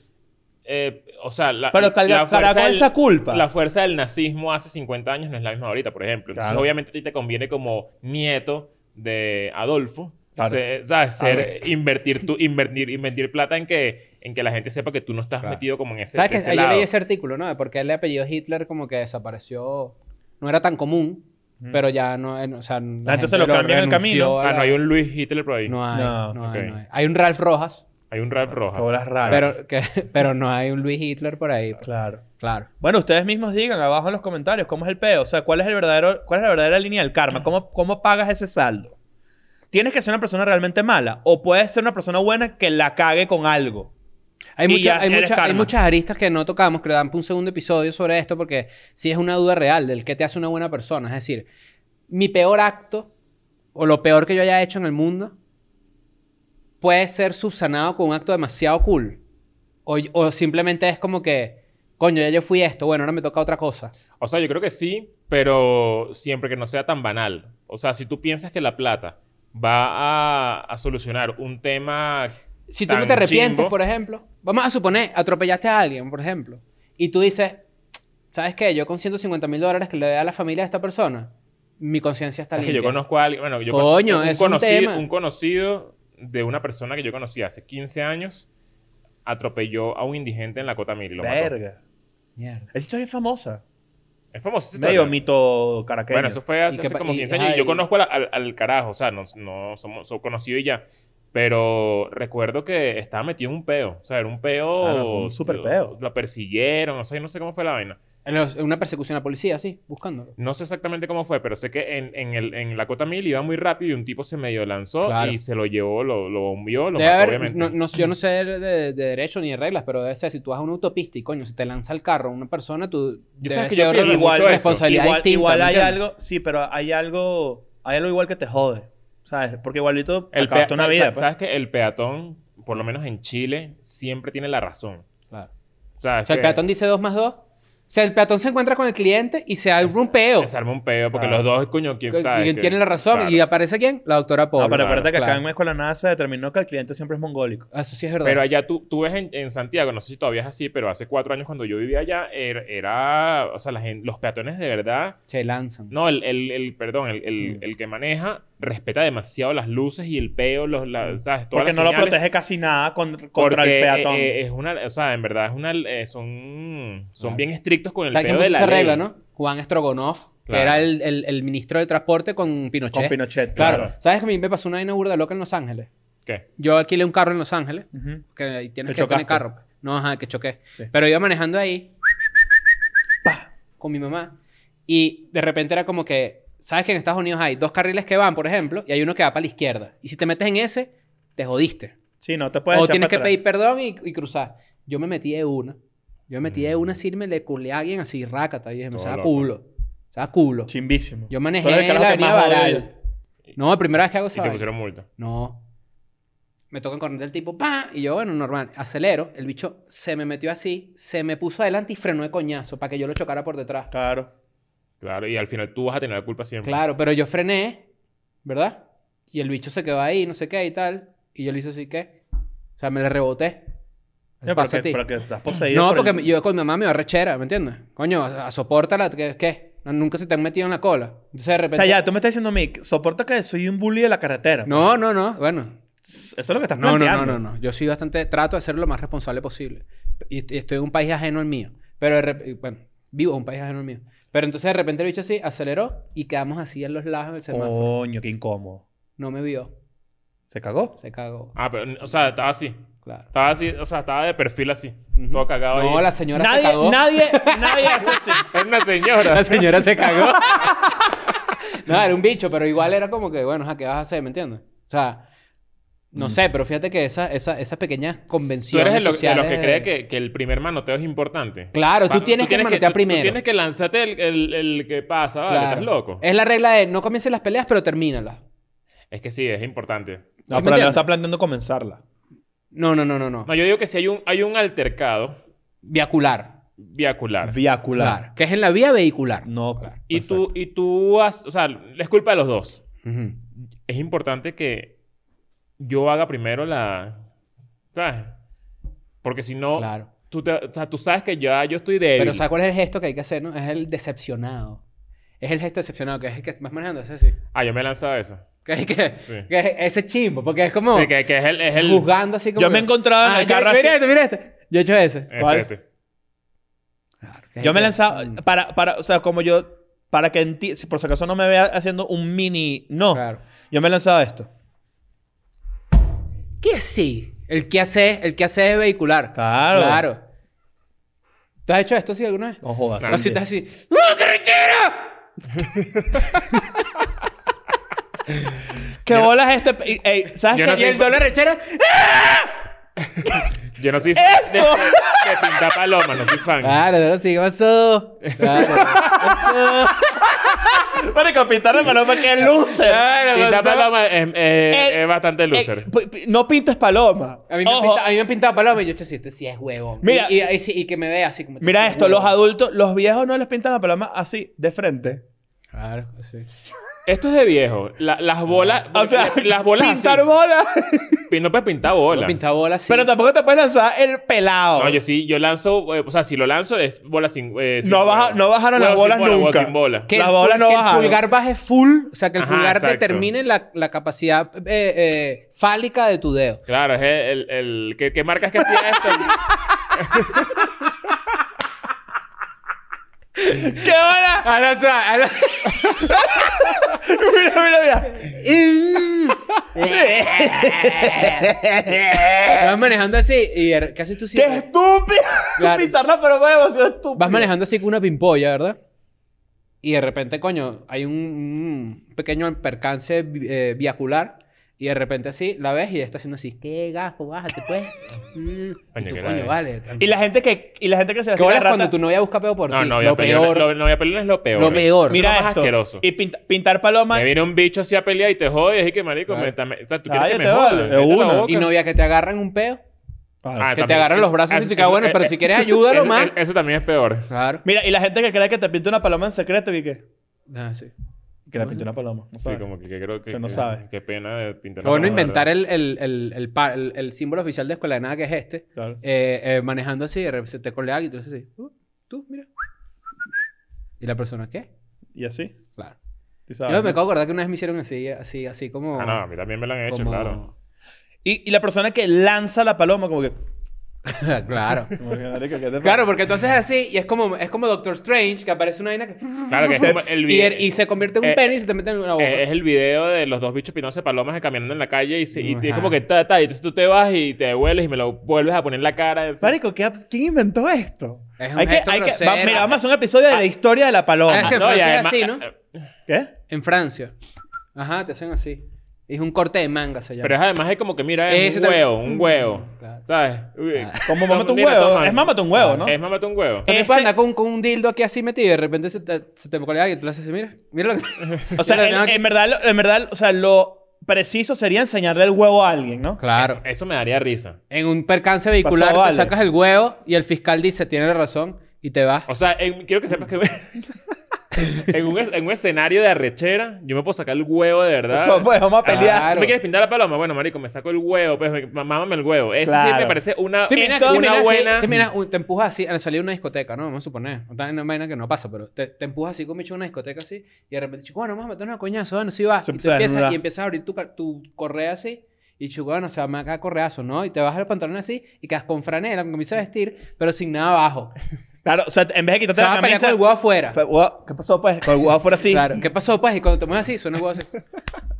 Speaker 1: eh, o sea, la,
Speaker 3: Pero carga-
Speaker 1: la fuerza
Speaker 3: cargar con
Speaker 1: del-
Speaker 3: esa culpa.
Speaker 1: La fuerza del nazismo hace 50 años no es la misma ahorita, por ejemplo. Entonces,
Speaker 3: Claro.
Speaker 1: obviamente, a ti te conviene como nieto de Adolfo.
Speaker 3: Claro. Ah,
Speaker 1: se- ¿sabes? Ser, invertir, tu, invertir, invertir plata en que, en que la gente sepa que tú no estás
Speaker 3: Claro.
Speaker 1: metido como en ese,
Speaker 2: ¿Sabes
Speaker 1: de
Speaker 2: que
Speaker 1: ese
Speaker 2: ayer
Speaker 1: lado.
Speaker 2: leí ese artículo, ¿no? De por qué el apellido Hitler como que desapareció. No era tan común,
Speaker 3: Mm.
Speaker 2: pero ya no... eh, O sea, la,
Speaker 3: gente se lo cambia en el
Speaker 2: renunció
Speaker 3: camino.
Speaker 2: a
Speaker 1: Ah,
Speaker 2: la-
Speaker 1: no hay un Luis Hitler por ahí.
Speaker 2: No hay,
Speaker 3: No,
Speaker 2: no, hay,
Speaker 1: ok.
Speaker 2: no hay. Hay un Ralph Rojas,
Speaker 1: Hay un Ralph Rojas.
Speaker 3: Cobras raras.
Speaker 2: pero, que- pero no hay un Luis Hitler por ahí.
Speaker 3: Claro.
Speaker 2: Claro.
Speaker 3: Bueno, ustedes mismos digan abajo en los comentarios cómo es el peo. O sea, cuál es el verdadero, cuál es la verdadera línea del karma. ¿Cómo, cómo pagas ese saldo? ¿Tienes que ser una persona realmente mala? ¿O puedes ser una persona buena que la cague con algo?
Speaker 2: Hay,
Speaker 3: Y
Speaker 2: mucha-
Speaker 3: ya
Speaker 2: hay,
Speaker 3: eres
Speaker 2: mucha- hay
Speaker 3: karma.
Speaker 2: muchas aristas que no tocamos, que le dan para un segundo episodio sobre esto, porque sí es una duda real del qué te hace una buena persona. Es decir, mi peor acto o lo peor que yo haya hecho en el mundo puede ser subsanado con un acto demasiado cool. O, o simplemente es como que, coño, ya yo fui esto, bueno, ahora me toca otra cosa.
Speaker 1: O sea, yo creo que sí, pero siempre que no sea tan banal. O sea, si tú piensas que la plata va a, a solucionar un tema...
Speaker 2: Si tú no
Speaker 1: tan
Speaker 2: te arrepientes,
Speaker 1: chimbo,
Speaker 2: por ejemplo, vamos a suponer, atropellaste a alguien, por ejemplo, y tú dices, ¿sabes qué? Yo con 150 mil dólares que le dé a la familia de esta persona, mi conciencia está
Speaker 1: sabes
Speaker 2: limpia.
Speaker 1: que yo conozco a alguien... Bueno, yo
Speaker 2: Coño,
Speaker 1: conozco
Speaker 2: es un tema.
Speaker 1: un conocido de una persona que yo conocí hace 15 años atropelló a un indigente en la Cota Mil y lo mató.
Speaker 3: Verga.
Speaker 2: Mierda.
Speaker 3: Esa historia es famosa.
Speaker 1: Es famoso.
Speaker 3: Medio mito caraqueño.
Speaker 1: Bueno, eso fue
Speaker 2: ¿Y
Speaker 1: hace,
Speaker 2: qué
Speaker 1: hace
Speaker 2: pa-
Speaker 1: como
Speaker 2: y-
Speaker 1: 15 años.
Speaker 2: ajá,
Speaker 1: y yo
Speaker 2: y-
Speaker 1: conozco al, al- al carajo, o sea, no, no somos, somos conocidos y ya. Pero recuerdo que estaba metido en un peo. O sea, era un peo.
Speaker 3: Ah, no, un super peo.
Speaker 1: Lo persiguieron, o sea, yo no sé cómo fue la vaina.
Speaker 2: En los- en una persecución a la policía, sí, buscándolo.
Speaker 1: No sé exactamente cómo fue, pero sé que en, en, el, en la Cota Mil iba muy rápido y un tipo se medio lanzó
Speaker 2: Claro.
Speaker 1: y se lo llevó, lo, lo bombió, lo
Speaker 2: Debe
Speaker 1: mató,
Speaker 2: haber,
Speaker 1: obviamente.
Speaker 2: no, no- yo no sé de, de- de derecho ni de reglas, pero debe ser si tú vas a una autopista y coño, si te lanza el carro una persona, tú
Speaker 1: Yo
Speaker 2: debe
Speaker 1: sabes que yo
Speaker 2: ser
Speaker 1: pienso
Speaker 3: igual,
Speaker 1: mucho eso.
Speaker 2: responsabilidad
Speaker 3: igual,
Speaker 2: distinta,
Speaker 3: igual
Speaker 2: ¿me
Speaker 3: hay
Speaker 2: entiendes?
Speaker 3: algo... Sí, pero hay algo... Hay algo igual que te jode. ¿Sabes? Porque igualito
Speaker 1: El
Speaker 3: acabaste
Speaker 1: pea-
Speaker 3: una
Speaker 1: ¿sabes-
Speaker 3: vida. pues.
Speaker 1: ¿Sabes que el peatón, por lo menos en Chile, siempre tiene la razón?
Speaker 2: Claro.
Speaker 1: O sea,
Speaker 2: O sea, el peatón dice 2 más 2. O sea, el peatón se encuentra con el cliente y se abre un peo.
Speaker 1: Se arma un peo porque
Speaker 3: Claro.
Speaker 1: los dos, coño, quién
Speaker 2: Que-
Speaker 1: sabe.
Speaker 2: ¿Quién
Speaker 1: que-
Speaker 2: tiene la razón?
Speaker 1: Claro.
Speaker 2: ¿Y aparece quién? La doctora Polo.
Speaker 3: No, pero acuérdate que acá
Speaker 2: claro.
Speaker 3: en Escuela Nada se determinó que el cliente siempre es mongólico.
Speaker 2: Eso sí es verdad.
Speaker 1: Pero allá tú, tú ves en, en Santiago, no sé si todavía es así, pero hace cuatro años cuando yo vivía allá, er- era, o sea, la gen- los peatones de verdad,
Speaker 2: se lanzan.
Speaker 1: no, el, el, el- perdón, el, el-
Speaker 3: Mm.
Speaker 1: el que maneja respeta demasiado las luces y el peo, los, la- ¿sabes? Todas
Speaker 3: Mm. Porque
Speaker 1: las
Speaker 3: no lo
Speaker 1: señales,
Speaker 3: protege casi nada con- contra el
Speaker 1: porque,
Speaker 3: peatón.
Speaker 1: eh, eh, es una, o sea, en verdad es una, eh, son, son
Speaker 3: Ah.
Speaker 2: Claro.
Speaker 1: bien estrictos con el
Speaker 2: ¿Sabes quién
Speaker 1: peo de
Speaker 2: puso
Speaker 1: la
Speaker 2: esa
Speaker 1: ley.
Speaker 2: regla, no? Juan Strogonoff,
Speaker 1: Claro.
Speaker 2: que era el, el- el ministro del transporte con Pinochet.
Speaker 3: con Pinochet,
Speaker 2: ¿Eh? Claro.
Speaker 3: claro.
Speaker 2: ¿Sabes que a mí me pasó una vaina burda loca en Los Ángeles?
Speaker 1: ¿Qué?
Speaker 2: Yo alquilé un carro en Los Ángeles.
Speaker 3: Ujú.
Speaker 2: Que ahí tienes
Speaker 3: Que
Speaker 2: que tener
Speaker 3: chocaste.
Speaker 2: carro. No, ajá, que choqué.
Speaker 3: Sí.
Speaker 2: Pero iba manejando ahí
Speaker 3: Pa.
Speaker 2: con mi mamá. Y de repente era como que... ¿Sabes que en Estados Unidos hay dos carriles que van, por ejemplo? Y hay uno que va para la izquierda. Y si te metes en ese, te jodiste.
Speaker 3: Sí, no te puedes
Speaker 2: o
Speaker 3: echar
Speaker 2: tienes que
Speaker 3: para
Speaker 2: pedir
Speaker 3: atrás.
Speaker 2: perdón y, y cruzar. Yo me metí de una. Yo me metí de
Speaker 3: Mm.
Speaker 2: una así, me le culé a alguien así, rácata. Y dije, me
Speaker 1: Todo
Speaker 2: saca
Speaker 1: loco.
Speaker 2: culo. Me saca culo.
Speaker 3: Chimbísimo.
Speaker 2: Yo
Speaker 3: Tú eres el
Speaker 2: manejé la
Speaker 3: carajo que más
Speaker 2: avenida
Speaker 3: jode
Speaker 2: Baral. No, primera vez que hago
Speaker 1: Y
Speaker 2: esa
Speaker 1: te
Speaker 2: vaina.
Speaker 1: pusieron multa.
Speaker 2: No. Me toca correr del tipo, pa, y yo, bueno, normal, acelero. El bicho se me metió así, se me puso adelante y frenó de coñazo para que yo lo chocara por detrás.
Speaker 3: Claro.
Speaker 1: Claro, y al final tú vas a tener la culpa siempre.
Speaker 2: Claro, pero yo frené, ¿verdad? Y el bicho se quedó ahí, no sé qué y tal. Y yo le hice así, ¿qué? O sea, me le reboté.
Speaker 3: No,
Speaker 2: Pasa
Speaker 3: porque,
Speaker 2: a ti.
Speaker 3: porque estás poseído.
Speaker 2: No,
Speaker 3: por el-
Speaker 2: porque yo con mi mamá me va rechera, ¿me entiendes? Coño, a, a sopórtala, ¿qué? qué? No, nunca se te han metido en la cola. Entonces de
Speaker 3: O
Speaker 2: repente.
Speaker 3: sea, ya, tú me estás diciendo, Mick, soporta que soy un bully de la carretera. pues.
Speaker 2: No, no, no. Bueno.
Speaker 3: Eso es lo que estás
Speaker 2: No, no,
Speaker 3: planteando.
Speaker 2: no, no, no. Yo soy bastante. Trato de ser lo más responsable posible. Y, est- y estoy en un país ajeno al mío. Pero de rep- y, bueno, vivo en un país ajeno al mío. Pero entonces de repente el bicho así aceleró y quedamos así en los lados del semáforo.
Speaker 3: Coño, qué incómodo.
Speaker 2: No me vio.
Speaker 3: ¿Se cagó?
Speaker 2: Se cagó.
Speaker 1: Ah, pero, o sea, estaba así.
Speaker 2: Claro.
Speaker 1: Estaba así, o sea, estaba de perfil así.
Speaker 2: Ujú.
Speaker 1: Todo cagado
Speaker 2: No,
Speaker 1: ahí.
Speaker 2: la señora se
Speaker 3: Nadie,
Speaker 2: cagó.
Speaker 3: nadie, nadie hace así.
Speaker 1: Era una señora.
Speaker 2: La señora se cagó. no, era un bicho, pero igual era como que, bueno, ¿a ¿qué vas a hacer? ¿Me entiendes? O sea, No sé, pero fíjate que esa, esa- esas pequeñas
Speaker 1: Mm. Tú
Speaker 2: convenciones
Speaker 1: eres de, lo- de
Speaker 2: sociales
Speaker 1: los que
Speaker 2: de-
Speaker 1: cree que, que el primer manoteo es importante.
Speaker 2: Claro,
Speaker 1: Pa-
Speaker 2: tú tienes que manotear
Speaker 1: tú- tú
Speaker 2: primero.
Speaker 1: tienes que lanzarte el, el- el que pasa, ¿vale?
Speaker 2: Claro.
Speaker 1: Estás loco. Es...
Speaker 2: Es la regla de no comiences las peleas, pero termínalas.
Speaker 1: que sí, es importante.
Speaker 3: No,
Speaker 2: ¿Sí me
Speaker 3: pero no
Speaker 2: entiendes?
Speaker 3: está planteando comenzarla.
Speaker 2: No, no, no, no, no.
Speaker 1: No, yo digo que si hay un, hay un altercado
Speaker 2: Viacular.
Speaker 1: viacular.
Speaker 3: Viacular.
Speaker 2: Claro. Que es en la vía vehicular.
Speaker 3: No.
Speaker 1: y tú,
Speaker 3: exacto.
Speaker 1: y tú has, o sea, es culpa de los dos.
Speaker 2: Ujú.
Speaker 1: Es importante que yo haga primero la. ¿Sabes? Porque si no,
Speaker 2: Claro.
Speaker 1: tú, te- o sea, tú sabes que ya yo estoy débil.
Speaker 2: Pero ¿sabes cuál es el gesto que hay que hacer, no? Es el decepcionado. Es el gesto decepcionado, que es el que vas manejando, ese sí.
Speaker 1: Ah, yo me he lanzado eso.
Speaker 2: Que es que,
Speaker 1: Sí.
Speaker 2: que es ese chimbo, porque es como
Speaker 1: Sí, que, que es el. Es el
Speaker 2: juzgando así como.
Speaker 3: Yo me he encontrado en el
Speaker 2: yo-
Speaker 3: carro
Speaker 2: Mira
Speaker 3: así-
Speaker 2: este, mira este. Yo he hecho ese.
Speaker 1: este,
Speaker 3: ¿Cuál?
Speaker 1: este.
Speaker 2: Claro, que es
Speaker 3: Yo me he
Speaker 2: que-
Speaker 3: lanzado
Speaker 2: Mm,
Speaker 3: para, para, o sea, como yo, para que enti- si por si acaso no me vea haciendo un mini, no,
Speaker 2: Claro.
Speaker 3: yo me he lanzado esto.
Speaker 2: ¿Qué sí? El que hace, el que hace es vehicular.
Speaker 3: Claro.
Speaker 2: Claro. ¿Tú has hecho esto sí alguna vez?
Speaker 3: No jodas.
Speaker 1: Claro.
Speaker 2: Así estás así. ¡Ah, qué rechera!
Speaker 3: ¿Qué bolas este? pe- y- ey, ¿Sabes
Speaker 1: Yo
Speaker 3: qué?
Speaker 1: no
Speaker 2: Y el doble rechera.
Speaker 1: Yo no soy fan de, de pintar palomas, no soy fan.
Speaker 3: Ah,
Speaker 2: Claro, no, sí, ¿qué pasó? Claro, ¿qué pasó?
Speaker 3: Marico, pintar de paloma, qué loser.
Speaker 2: Claro,
Speaker 1: pintar
Speaker 2: ¿qué pasó?
Speaker 1: palomas es, es-
Speaker 3: Eh,
Speaker 1: es bastante loser.
Speaker 3: Ey, pi- pi- no pintes paloma.
Speaker 2: A mí, me han
Speaker 3: Ojo.
Speaker 2: pintado, a mí me han pintado paloma y yo, che, sí, este sí es huevo.
Speaker 3: Mira.
Speaker 2: y, y- y sí, y que me vea así como.
Speaker 3: Mira
Speaker 2: este sí
Speaker 3: esto,
Speaker 2: es
Speaker 3: los
Speaker 2: huevón.
Speaker 3: adultos, los viejos no les pintan la paloma así, de frente.
Speaker 2: Claro, sí.
Speaker 1: Esto es de viejo. La- las bolas.
Speaker 3: Ah. O sea,
Speaker 1: las bolas. así.
Speaker 3: pintar bolas.
Speaker 1: Pi- No puedes pintar bolas.
Speaker 2: Los pintabolas, sí.
Speaker 3: Pero tampoco te puedes lanzar el pelado.
Speaker 1: No, yo sí, yo lanzo. eh, o sea, si lo lanzo es bola sin. eh, sin
Speaker 3: No baja-
Speaker 1: bola.
Speaker 3: no bajaron las
Speaker 1: Huevo sin
Speaker 3: bolas
Speaker 1: bola, huevo
Speaker 3: nunca.
Speaker 1: sin bola.
Speaker 2: que
Speaker 3: las
Speaker 2: el
Speaker 3: bolas
Speaker 2: pul-
Speaker 3: no
Speaker 2: que
Speaker 3: bajaron.
Speaker 2: el pulgar baje full, o sea, que el
Speaker 1: Ajá,
Speaker 2: pulgar
Speaker 1: exacto.
Speaker 2: determine la, la capacidad eh, eh, fálica de tu dedo.
Speaker 1: Claro, es el. el, el- ¿qué, qué marcas que hacía esto?
Speaker 3: ¡Qué bola!
Speaker 2: Ah,
Speaker 3: mira, mira, mira.
Speaker 2: Eh, Vas manejando así y er- ¿qué haces tú si
Speaker 3: ¡Qué estúpido!
Speaker 2: Claro.
Speaker 3: Pintar la paloma es demasiado estúpido.
Speaker 2: vas manejando así con una pimpolla, ¿verdad? Y de repente, coño, hay un, un pequeño percance vi- eh, viacular y de repente así la ves y está haciendo así, qué gajo, bájate pues. Mm. Y
Speaker 1: Coño,
Speaker 2: tú,
Speaker 1: qué
Speaker 2: coño,
Speaker 1: la-
Speaker 2: vale.
Speaker 3: Y la gente que, y la gente que se las
Speaker 2: ¿Qué
Speaker 3: tira
Speaker 2: horas
Speaker 3: de
Speaker 2: cuando
Speaker 3: rata-
Speaker 2: tu novia busca peo por
Speaker 1: No,
Speaker 2: ti?
Speaker 1: no,
Speaker 2: lo peor.
Speaker 1: Lo, no voy a pelear es lo peor.
Speaker 2: Lo
Speaker 1: Eso
Speaker 2: peor.
Speaker 1: es
Speaker 3: Mira
Speaker 1: lo más
Speaker 3: esto.
Speaker 1: asqueroso.
Speaker 3: Y pinta- pintar paloma.
Speaker 1: Me viene un bicho así a pelear y te jodes. Y que marico,
Speaker 2: Claro.
Speaker 1: me- también- o sea, tú quieres que me
Speaker 3: Cállate,
Speaker 1: jodas.
Speaker 3: vale. De
Speaker 1: Cállate la
Speaker 3: una.
Speaker 1: boca.
Speaker 2: Y novia que te agarran un peo,
Speaker 3: Claro.
Speaker 1: Ah,
Speaker 2: que te
Speaker 1: también.
Speaker 2: agarran los brazos y
Speaker 1: Ah,
Speaker 2: te quedas bueno,
Speaker 1: eso-
Speaker 2: pero
Speaker 1: eh,
Speaker 2: si quieres ayúdalo
Speaker 1: eso-
Speaker 2: más.
Speaker 1: eh, Eso también es peor.
Speaker 2: Claro.
Speaker 3: Mira, y la gente que cree que te pinta una paloma en secreto, ¿y qué?
Speaker 2: Ah, sí.
Speaker 3: Que la pinta una paloma. No
Speaker 1: Sí,
Speaker 3: sabe.
Speaker 1: como que, que creo que.
Speaker 3: Se no
Speaker 1: que-
Speaker 3: sabe.
Speaker 1: Qué pena de pintar.
Speaker 2: Qué bueno
Speaker 1: la
Speaker 2: inventar
Speaker 1: verdad.
Speaker 2: el, el, el, el, pa- el- el símbolo oficial de Escuela de Nada, que es este.
Speaker 3: Claro.
Speaker 2: Eh, eh, manejando así, de repente se te colea alguien y tú haces así. "Uh, tú, mira. ¿Y la persona qué?
Speaker 3: Y así.
Speaker 2: Claro.
Speaker 3: tú sabes,
Speaker 2: Yo me
Speaker 3: ¿no?
Speaker 2: acabo de acordar que una vez me hicieron así, así, así como...
Speaker 1: Ah, no, a mí también me lo han hecho,
Speaker 2: como-
Speaker 1: claro.
Speaker 3: y, y la persona que lanza la paloma, como que.
Speaker 2: claro.
Speaker 3: como que, marico, ¿qué te
Speaker 2: Claro,
Speaker 3: pasa?
Speaker 2: porque entonces es así y es como, es como Doctor Strange, que aparece una vaina que...
Speaker 1: Claro que es como el
Speaker 2: Y,
Speaker 1: video.
Speaker 2: er- y se convierte en un
Speaker 1: eh,
Speaker 2: pene y se te mete en una boca.
Speaker 1: eh, Es el video de los dos bichos pinándose palomas que caminando en la calle y, se, y
Speaker 2: Ajá.
Speaker 1: es como que ta, ta, y entonces tú te vas y te devuelves y me lo vuelves a poner en la cara. así.
Speaker 3: Marico, ¿qué abs- ¿quién inventó esto?
Speaker 2: Es un
Speaker 3: hay que,
Speaker 2: gesto
Speaker 3: hay que,
Speaker 2: grosero.
Speaker 3: va- mira, vamos a hacer un episodio de la historia de la paloma.
Speaker 2: Ah, es que en
Speaker 1: y
Speaker 2: Francia es
Speaker 1: además-
Speaker 2: así, ¿no?
Speaker 1: eh,
Speaker 3: ¿Qué?
Speaker 2: En Francia. Ajá, te hacen así. Es un corte de manga, se llama.
Speaker 1: Pero es además es como que mira, es
Speaker 2: Ese
Speaker 1: un
Speaker 2: también-
Speaker 1: huevo, un huevo.
Speaker 2: Claro.
Speaker 1: ¿Sabes? Uy,
Speaker 2: Ah.
Speaker 3: Como
Speaker 1: no,
Speaker 3: mamate un
Speaker 1: mira,
Speaker 3: huevo.
Speaker 1: toma. Ah,
Speaker 3: Es mamate un huevo, ¿no?
Speaker 1: Es mamate un huevo.
Speaker 2: También
Speaker 3: este-
Speaker 2: puedes andar con, con un dildo aquí así metido y de repente se te, se te colea alguien y tú le haces así, mira, mira lo que...
Speaker 3: O
Speaker 2: mira lo
Speaker 3: sea,
Speaker 2: que
Speaker 3: en,
Speaker 2: tengo aquí.
Speaker 3: en verdad, lo- en verdad, o sea, lo preciso sería enseñarle el huevo a alguien, ¿no?
Speaker 2: Claro.
Speaker 1: Eso me daría risa.
Speaker 2: En un percance vehicular
Speaker 3: Pasó,
Speaker 2: te
Speaker 3: vale.
Speaker 2: sacas el huevo y el fiscal dice, tiene razón, y te vas.
Speaker 1: O sea, en- quiero que sepas que... en, un, es- en un escenario de arrechera, yo me puedo sacar el huevo de verdad.
Speaker 3: Eso, pues,
Speaker 1: Ah.
Speaker 3: vamos a pelear.
Speaker 1: ¿Tú
Speaker 2: Claro.
Speaker 1: me quieres pintar la paloma? Bueno, marico, me saco el huevo, pues, me- má- mámame el huevo. Eso sí
Speaker 3: Claro.
Speaker 1: me parece una,
Speaker 2: Te miras,
Speaker 1: una
Speaker 2: te miras así,
Speaker 1: buena...
Speaker 2: te, miras, un- te empujas así al salir de una discoteca, ¿no? Vamos a suponer. No está en una vaina que no pasa, pero te, te empujas así con bicho en una discoteca así y de repente, chico, bueno, vamos a meter una coñazo, bueno, sí va. y, tú
Speaker 3: Se empieza a
Speaker 2: empiezas,
Speaker 3: desnudar.
Speaker 2: y empiezas a abrir tu, ca- tu correa así y chico, bueno, se va a caer correazo, ¿no? Y te bajas el pantalón así y quedas con franela, con camisa de vestir, pero sin nada abajo.
Speaker 3: Claro, o sea, en vez de
Speaker 2: O
Speaker 3: quitarte
Speaker 2: sea, vas
Speaker 3: la
Speaker 2: a pelear
Speaker 3: camisa.
Speaker 2: con el huevo afuera.
Speaker 3: Pues, huevo- ¿Qué pasó, pues? Con el huevo afuera así.
Speaker 2: Claro. ¿Qué pasó, pues? Y cuando te mueves así, suena el huevo así.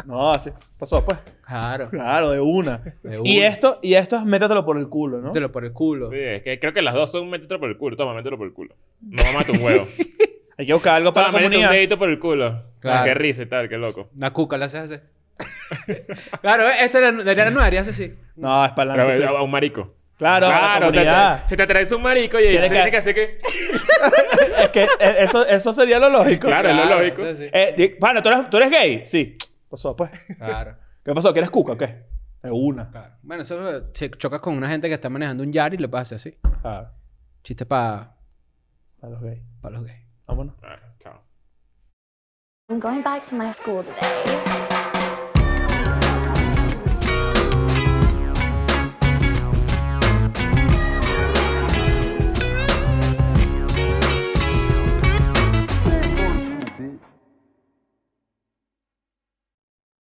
Speaker 3: No, así. Pasó, pues.
Speaker 2: Claro.
Speaker 3: Claro, de una.
Speaker 2: De
Speaker 3: Y
Speaker 2: una.
Speaker 3: esto, y esto es métetelo por el culo, ¿no?
Speaker 2: Te lo por el culo.
Speaker 1: Sí, es que creo que las dos son métetelo por el culo. Toma, métetelo por el culo. No mamá tu huevo.
Speaker 3: Hay que buscar algo para
Speaker 1: Toma,
Speaker 3: la
Speaker 1: métete un
Speaker 3: comunidad.
Speaker 1: dedito por el culo.
Speaker 2: Claro.
Speaker 1: Ah, Qué risa y tal, qué loco.
Speaker 2: Una cuca la haces así. Claro, ¿eh? esto era, era nueva, haría así, sí.
Speaker 3: No, es para
Speaker 1: Pero,
Speaker 3: adelante.
Speaker 1: a-
Speaker 3: sí.
Speaker 1: a un marico.
Speaker 3: Claro, a la
Speaker 1: te- te-
Speaker 3: comunidad.
Speaker 1: se te atraviesa un marico y
Speaker 3: Tiene
Speaker 1: se
Speaker 3: que-
Speaker 1: tiene que hacer que...
Speaker 3: Es que eh, eso, eso sería lo lógico.
Speaker 1: Claro, es lo lógico.
Speaker 2: eso sí.
Speaker 3: Eh, di- Pana, ¿tú eres, ¿tú eres gay? Sí. ¿Qué pasó, pues?
Speaker 2: Claro,
Speaker 3: ¿Qué pasó? ¿Que eres cuca o qué? De una.
Speaker 2: claro. Bueno, eso eh, si chocas con una gente que está manejando un Yari, le pasa así.
Speaker 3: Claro.
Speaker 2: Chiste para
Speaker 3: Ah, A los gays.
Speaker 2: pa los gays.
Speaker 3: Vámonos.
Speaker 1: Ah, chao.
Speaker 4: I'm going back to my school today.